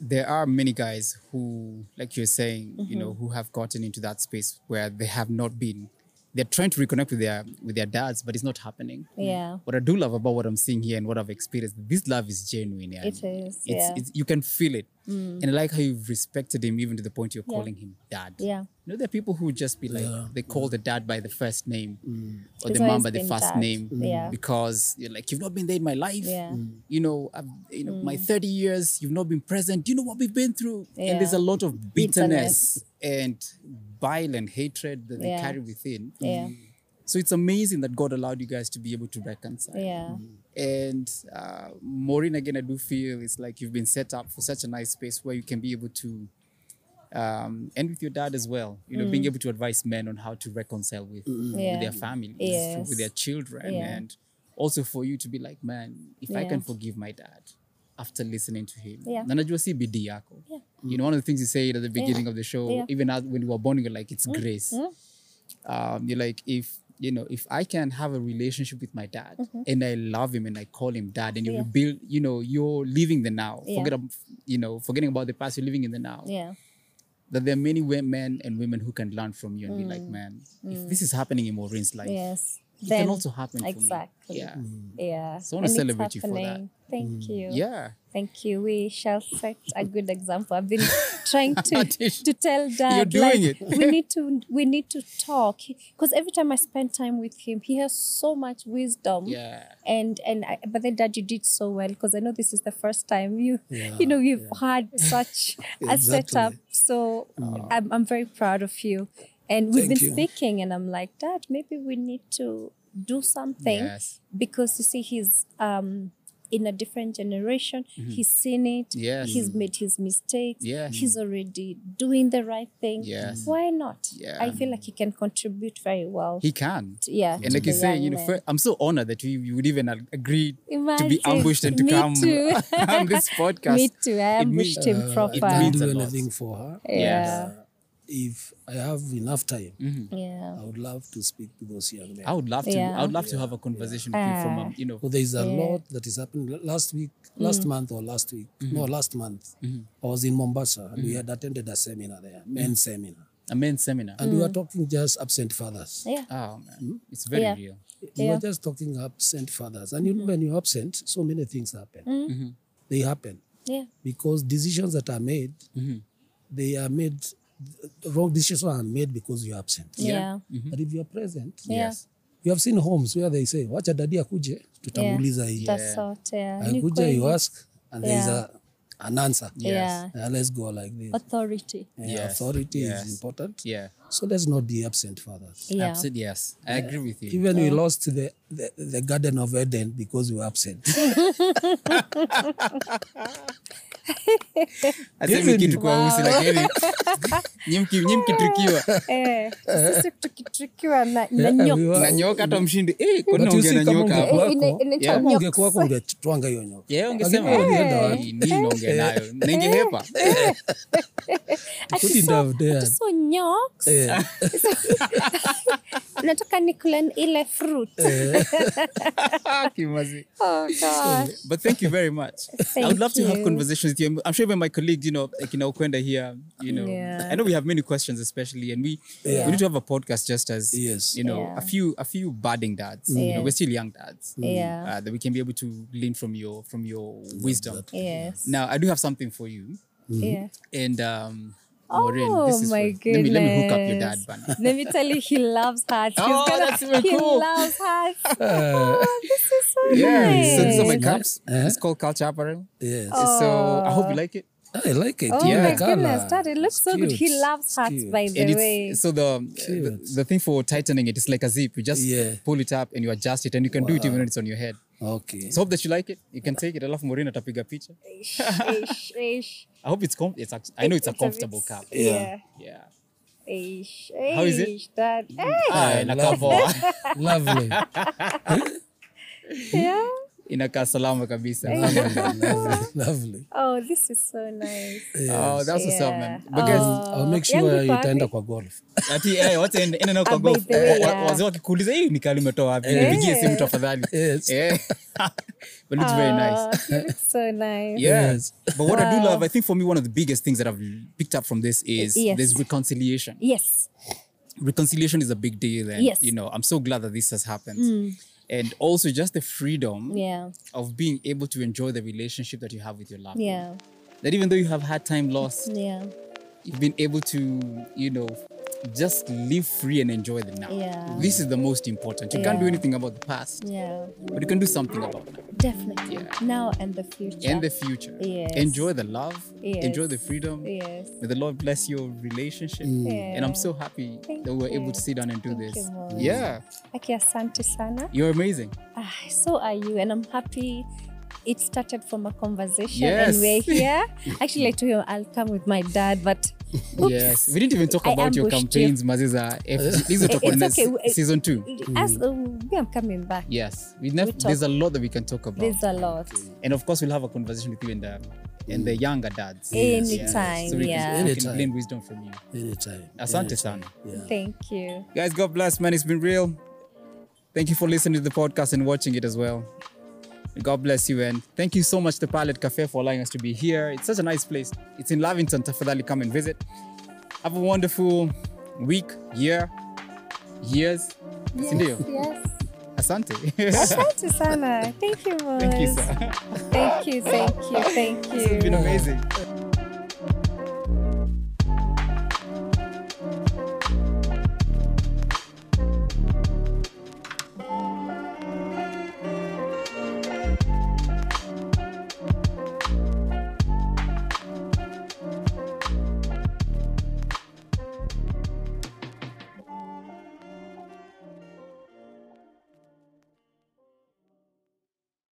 A: there are many guys who, like you're saying, you know,
B: Mm-hmm.
A: who have gotten into that space where they have not been. They're trying to reconnect with their with their dads, but it's not happening.
B: Yeah.
A: What I do love about what I'm seeing here and what I've experienced, this love is genuine. Yeah.
B: It is,
A: It's,
B: yeah. Mm.
A: it's, you can feel it, and I like how you've respected him even to the point you're
B: Yeah.
A: calling him dad.
B: Yeah.
A: You know, there are people who just be like, they call the dad by the first name or
B: It's
A: the mom
B: always
A: by the
B: been
A: first
B: dad.
A: name
B: Mm. Yeah.
A: because you're like, you've not been there in my life.
B: Yeah. Mm.
A: You know, I've, you know, my 30 years, you've not been present. Do you know what we've been through? And there's a
B: Yeah.
A: lot of bitterness and violent hatred that they
B: Yeah.
A: carry within.
B: Yeah.
A: So it's amazing that God allowed you guys to be able to reconcile.
B: Yeah.
A: And uh, Maureen, again, I do feel it's like you've been set up for such a nice space where you can be able to, um, and with your dad as well, you know, being able to advise men on how to reconcile with, with
B: Mm. Yeah.
A: their families,
B: Yes.
A: with their children,
B: Yeah.
A: and also for you to be like, man, if I
B: Yeah.
A: can forgive my dad after listening to him,
B: Yeah.
A: na najua si bidii yako.
B: Yeah.
A: You know, one of the things you said at the beginning of the show,
B: Yeah. Mm.
A: even as, when we were born, you're like, it's grace um, you're like if you know if i can have a relationship with my dad and i love him and i call him dad and you
B: Mm-hmm. Yeah.
A: rebuild you know you're living the now
B: Yeah.
A: forget ab- you know forgetting about the past you're living in the now
B: Yeah.
A: that there are many wo- men and women who can learn from you and be like
B: Mm.
A: man if this is happening in maureen's life
B: Yes.
A: it can also happen for
B: Exactly.
A: me yeah
B: Yeah.
A: So I wanna
B: And it's
A: celebrate you for that. Mm.
B: happening. Thank you.
A: yeah
B: Thank you. We shall set a good example. I've been trying to
A: Natisha,
B: to tell dad
A: doing it.
B: like, we need to we need to talk because every time I spend time with him, he has so much wisdom.
A: yeah
B: And and I, but then dad, you did so well because I know this is the first time you you know you've had such a setup.
C: Exactly.
B: So I'm I'm very proud of you. And we've
C: Thank
B: been
C: you.
B: speaking, and I'm like, Dad, maybe we need to do something
A: yes
B: because you see he's um in a different generation he's seen it
A: Mm-hmm. Yes.
B: he's made his mistakes
A: Yes.
B: he's already doing the right thing
A: Yes.
B: why not
A: Yeah.
B: i feel like he can contribute very well
A: he can
B: t- yeah
A: and like you say, you know, fir- I'm so honored that you, you would even ag- agree to be
B: Imagine.
A: ambushed and to
B: Me
A: come
B: too.
A: on this podcast.
B: me too
A: it means-
B: i ambushed him
C: Uh,
B: proper
C: I
A: means
C: didn't
A: a
C: do
A: lot.
C: anything for her.
B: yeah
C: If I have enough time,
A: Mm-hmm.
B: yeah
C: I would love to speak to those young men.
A: I would love to. I
B: Yeah.
A: would love to have a conversation with you from um,
B: Ah.
A: you know.
C: Well, there is a lot that is happening. L- Last week, last
B: Mm.
C: month or last week, no, last month, I was in Mombasa and we had attended a seminar there, men's seminar.
A: a men's seminar.
B: Mm.
C: And we were talking just absent fathers.
B: yeah
A: Oh man, it's very
B: Yeah.
A: real.
C: We
B: Eh, Yeah. Mm.
C: were just talking absent fathers. And you know, when you're absent, so many things happen.
A: Mm-hmm.
C: They happen
B: yeah
C: because decisions that are made,
A: Mm-hmm.
C: they are made, the wrong decisions are made because you're absent.
B: yeah
A: Mm-hmm.
C: But if you're present,
B: yeah
C: you have seen homes where they say, wacha daddy akuje, tutamuuliza hii.
B: that's sort yeah Ni
C: Akuja,
B: kweli.
C: you ask, and there's
B: Yeah.
C: a, an answer.
B: yeah
C: Uh, let's go like this.
B: authority
C: Uh,
A: Yes,
C: Authority
A: yes.
C: is important.
A: Yeah,
C: So let's not be absent fathers.
B: yeah
A: Absent, yes, I agree with you.
C: Even we lost the, the, the Garden of Eden because we were absent.
A: Hata mimi kitukua
B: Wow.
A: usi, like, Eric, nyinyi mki- nyinyi mkitukiwa
B: eh sisi tukitukiwa na, na
C: Yeah, we
B: nyoka
C: were-
A: na nyoka hata mshindi eh, kwani
C: But you
A: unaongea
C: see, Eh?
A: na
C: kama
A: nyoka
B: hapo.
C: ungekuwako-
B: Ina- Eh, inaitwa
C: kama
B: nyoka.
C: ungekuwako ungetwanga hiyo nyoka.
A: Yeah, ungesema
C: Lakini
A: "Hey,
C: walienda wapi?
A: nini naongea nayo
C: Eh.
A: ningehepa
C: Couldn't
B: Atiso-
C: have dared.
B: atiso nyocks.
C: Eh,
B: nataka nikule ile fruit
A: Eh. Kimazi.
B: oh god
A: But thank you very much. I would
B: Thank
A: love to have
B: you.
A: conversations with you. I'm- I'm sure even my colleague, you know, like you know, Kwenda here, you know,
B: Yeah.
A: I know we have many questions, especially, and we we need to have a podcast just as
C: Yes.
A: you know,
B: Yeah.
A: a few a few budding dads. You know,
B: Yeah. Mm.
A: we're still young dads.
B: Yeah.
A: Uh, that we can be able to lean from your from your wisdom.
B: yes
A: Now, I do have something for you,
B: yeah
A: and um,
B: Oh,
A: Maureen, this is
B: my
A: for- let me let me hook up your dad
B: goodness.
A: banner.
B: let me tell you he loves hearts He's
A: Oh,
B: gonna-
A: that's even
B: he
A: cool.
B: loves hearts oh this is so
A: Yeah,
B: nice
A: so these are my
C: Nice.
A: cups.
C: Eh?
A: It's called Culture Apparel.
C: yes.
A: So I hope you like it.
C: I like it.
B: Oh
C: yeah.
B: my goodness, Dad! It looks
C: It's
B: so good. He
C: cute.
B: loves
C: It's
B: hearts,
C: cute.
B: by the
A: and
B: way.
A: it's so the, the
C: Cute.
A: the thing for tightening it is like a zip. You just
C: Yeah.
A: pull it up and you adjust it, and you can do it even when it's on your head.
C: Okay.
A: So hope that you like it. You can take it. I love Morena tapiga picture.
B: Ish, ish, ish.
A: I hope it's com- it's act- I know it's, a
B: bit-
A: comfortable cup.
B: Yeah.
A: Yeah.
B: Ish,
A: How is it?
B: ish, Dad. Eh,
A: Ah,
C: I
A: na
C: love
A: cover.
C: Lovely.
B: yeah.
A: inakaa salama kabisa
C: lovely, lovely.
B: Oh, this is so nice.
A: oh, that's what's up man
B: Yeah.
A: because
C: I'll make
B: yangu
C: sure
B: iko
C: itaenda kwa golf.
A: ati eh, watu ende- enda nao kwa
B: Ah, by
A: golf.
B: the way,
A: Eh, wa-
B: yeah.
A: wazee wakikuuliza hii ni kali umetoa wapi nipigie simu tafadhali
C: Eh. Yes.
A: Eh. but it's very nice
B: Oh, you look so nice.
A: Yeah.
C: Yes.
A: But what I do love, I think for me, one of the biggest things that I've picked up from this is
B: Yes.
A: there's reconciliation.
B: Yes.
A: Reconciliation is a big deal. And,
B: Yes. Hmm.
A: you know, I'm so glad that this has happened. And also just the freedom
B: Yeah.
A: of being able to enjoy the relationship that you have with your loved one.
B: Yeah. Hmm.
A: That even though you have had time lost,
B: Yeah.
A: you've been able to, you know, just live free and enjoy the now.
B: Yeah.
A: This is the most important. You can't do
B: Yeah.
A: anything about the past,
B: Yeah.
A: but you can do something about it.
B: Definitely.
A: Yeah.
B: Now and the future.
A: And the future.
B: Yes.
A: Enjoy the love.
B: Yes.
A: Enjoy the freedom.
B: yes.
A: May the Lord bless your relationship.
C: Mm.
A: And I'm so happy
B: Thank
A: that we were able
B: you.
A: to sit down and do
B: Thank
A: this.
B: you, Mom.
A: yeah,
B: Okay, asante sana.
A: you're amazing.
B: Ah, so are you, and I'm happy it started from a conversation
A: Yes.
B: and we're here. Actually, I told you I'll come with my dad, but oops.
A: Yes, we didn't even talk
B: I
A: about your
B: ambushed you.
A: campaigns, Maziza. If- These are talk
B: It's
A: on this
B: okay, we-
A: season two.
B: As, uh, maybe I'm coming back.
A: Yes, we nev-
B: We
A: there's a lot that we can talk about,
B: There's a lot.
A: and of course, we'll have a conversation with you and the and the younger dads.
B: Yes. Anytime,
A: So we
B: yeah.
A: can, we can
C: Mm. Anytime.
A: glean wisdom from you.
C: Anytime.
A: Asante
C: anytime.
A: sana.
C: Yeah.
B: Thank you.
A: Guys, God bless, man. It's been real. Thank you for listening to the podcast and watching it as well. God bless you, and thank you so much to Pilot Cafe for allowing us to be here. It's such a nice place. It's in Lavington. Tafadhali, come and visit. Have a wonderful week, year, years. Sindio?
B: Yes. yes.
A: Asante.
B: Asante sana. Thank you,
A: thank you,
B: Moz.
A: sir.
B: Thank you, thank you, thank you.
A: It's been amazing.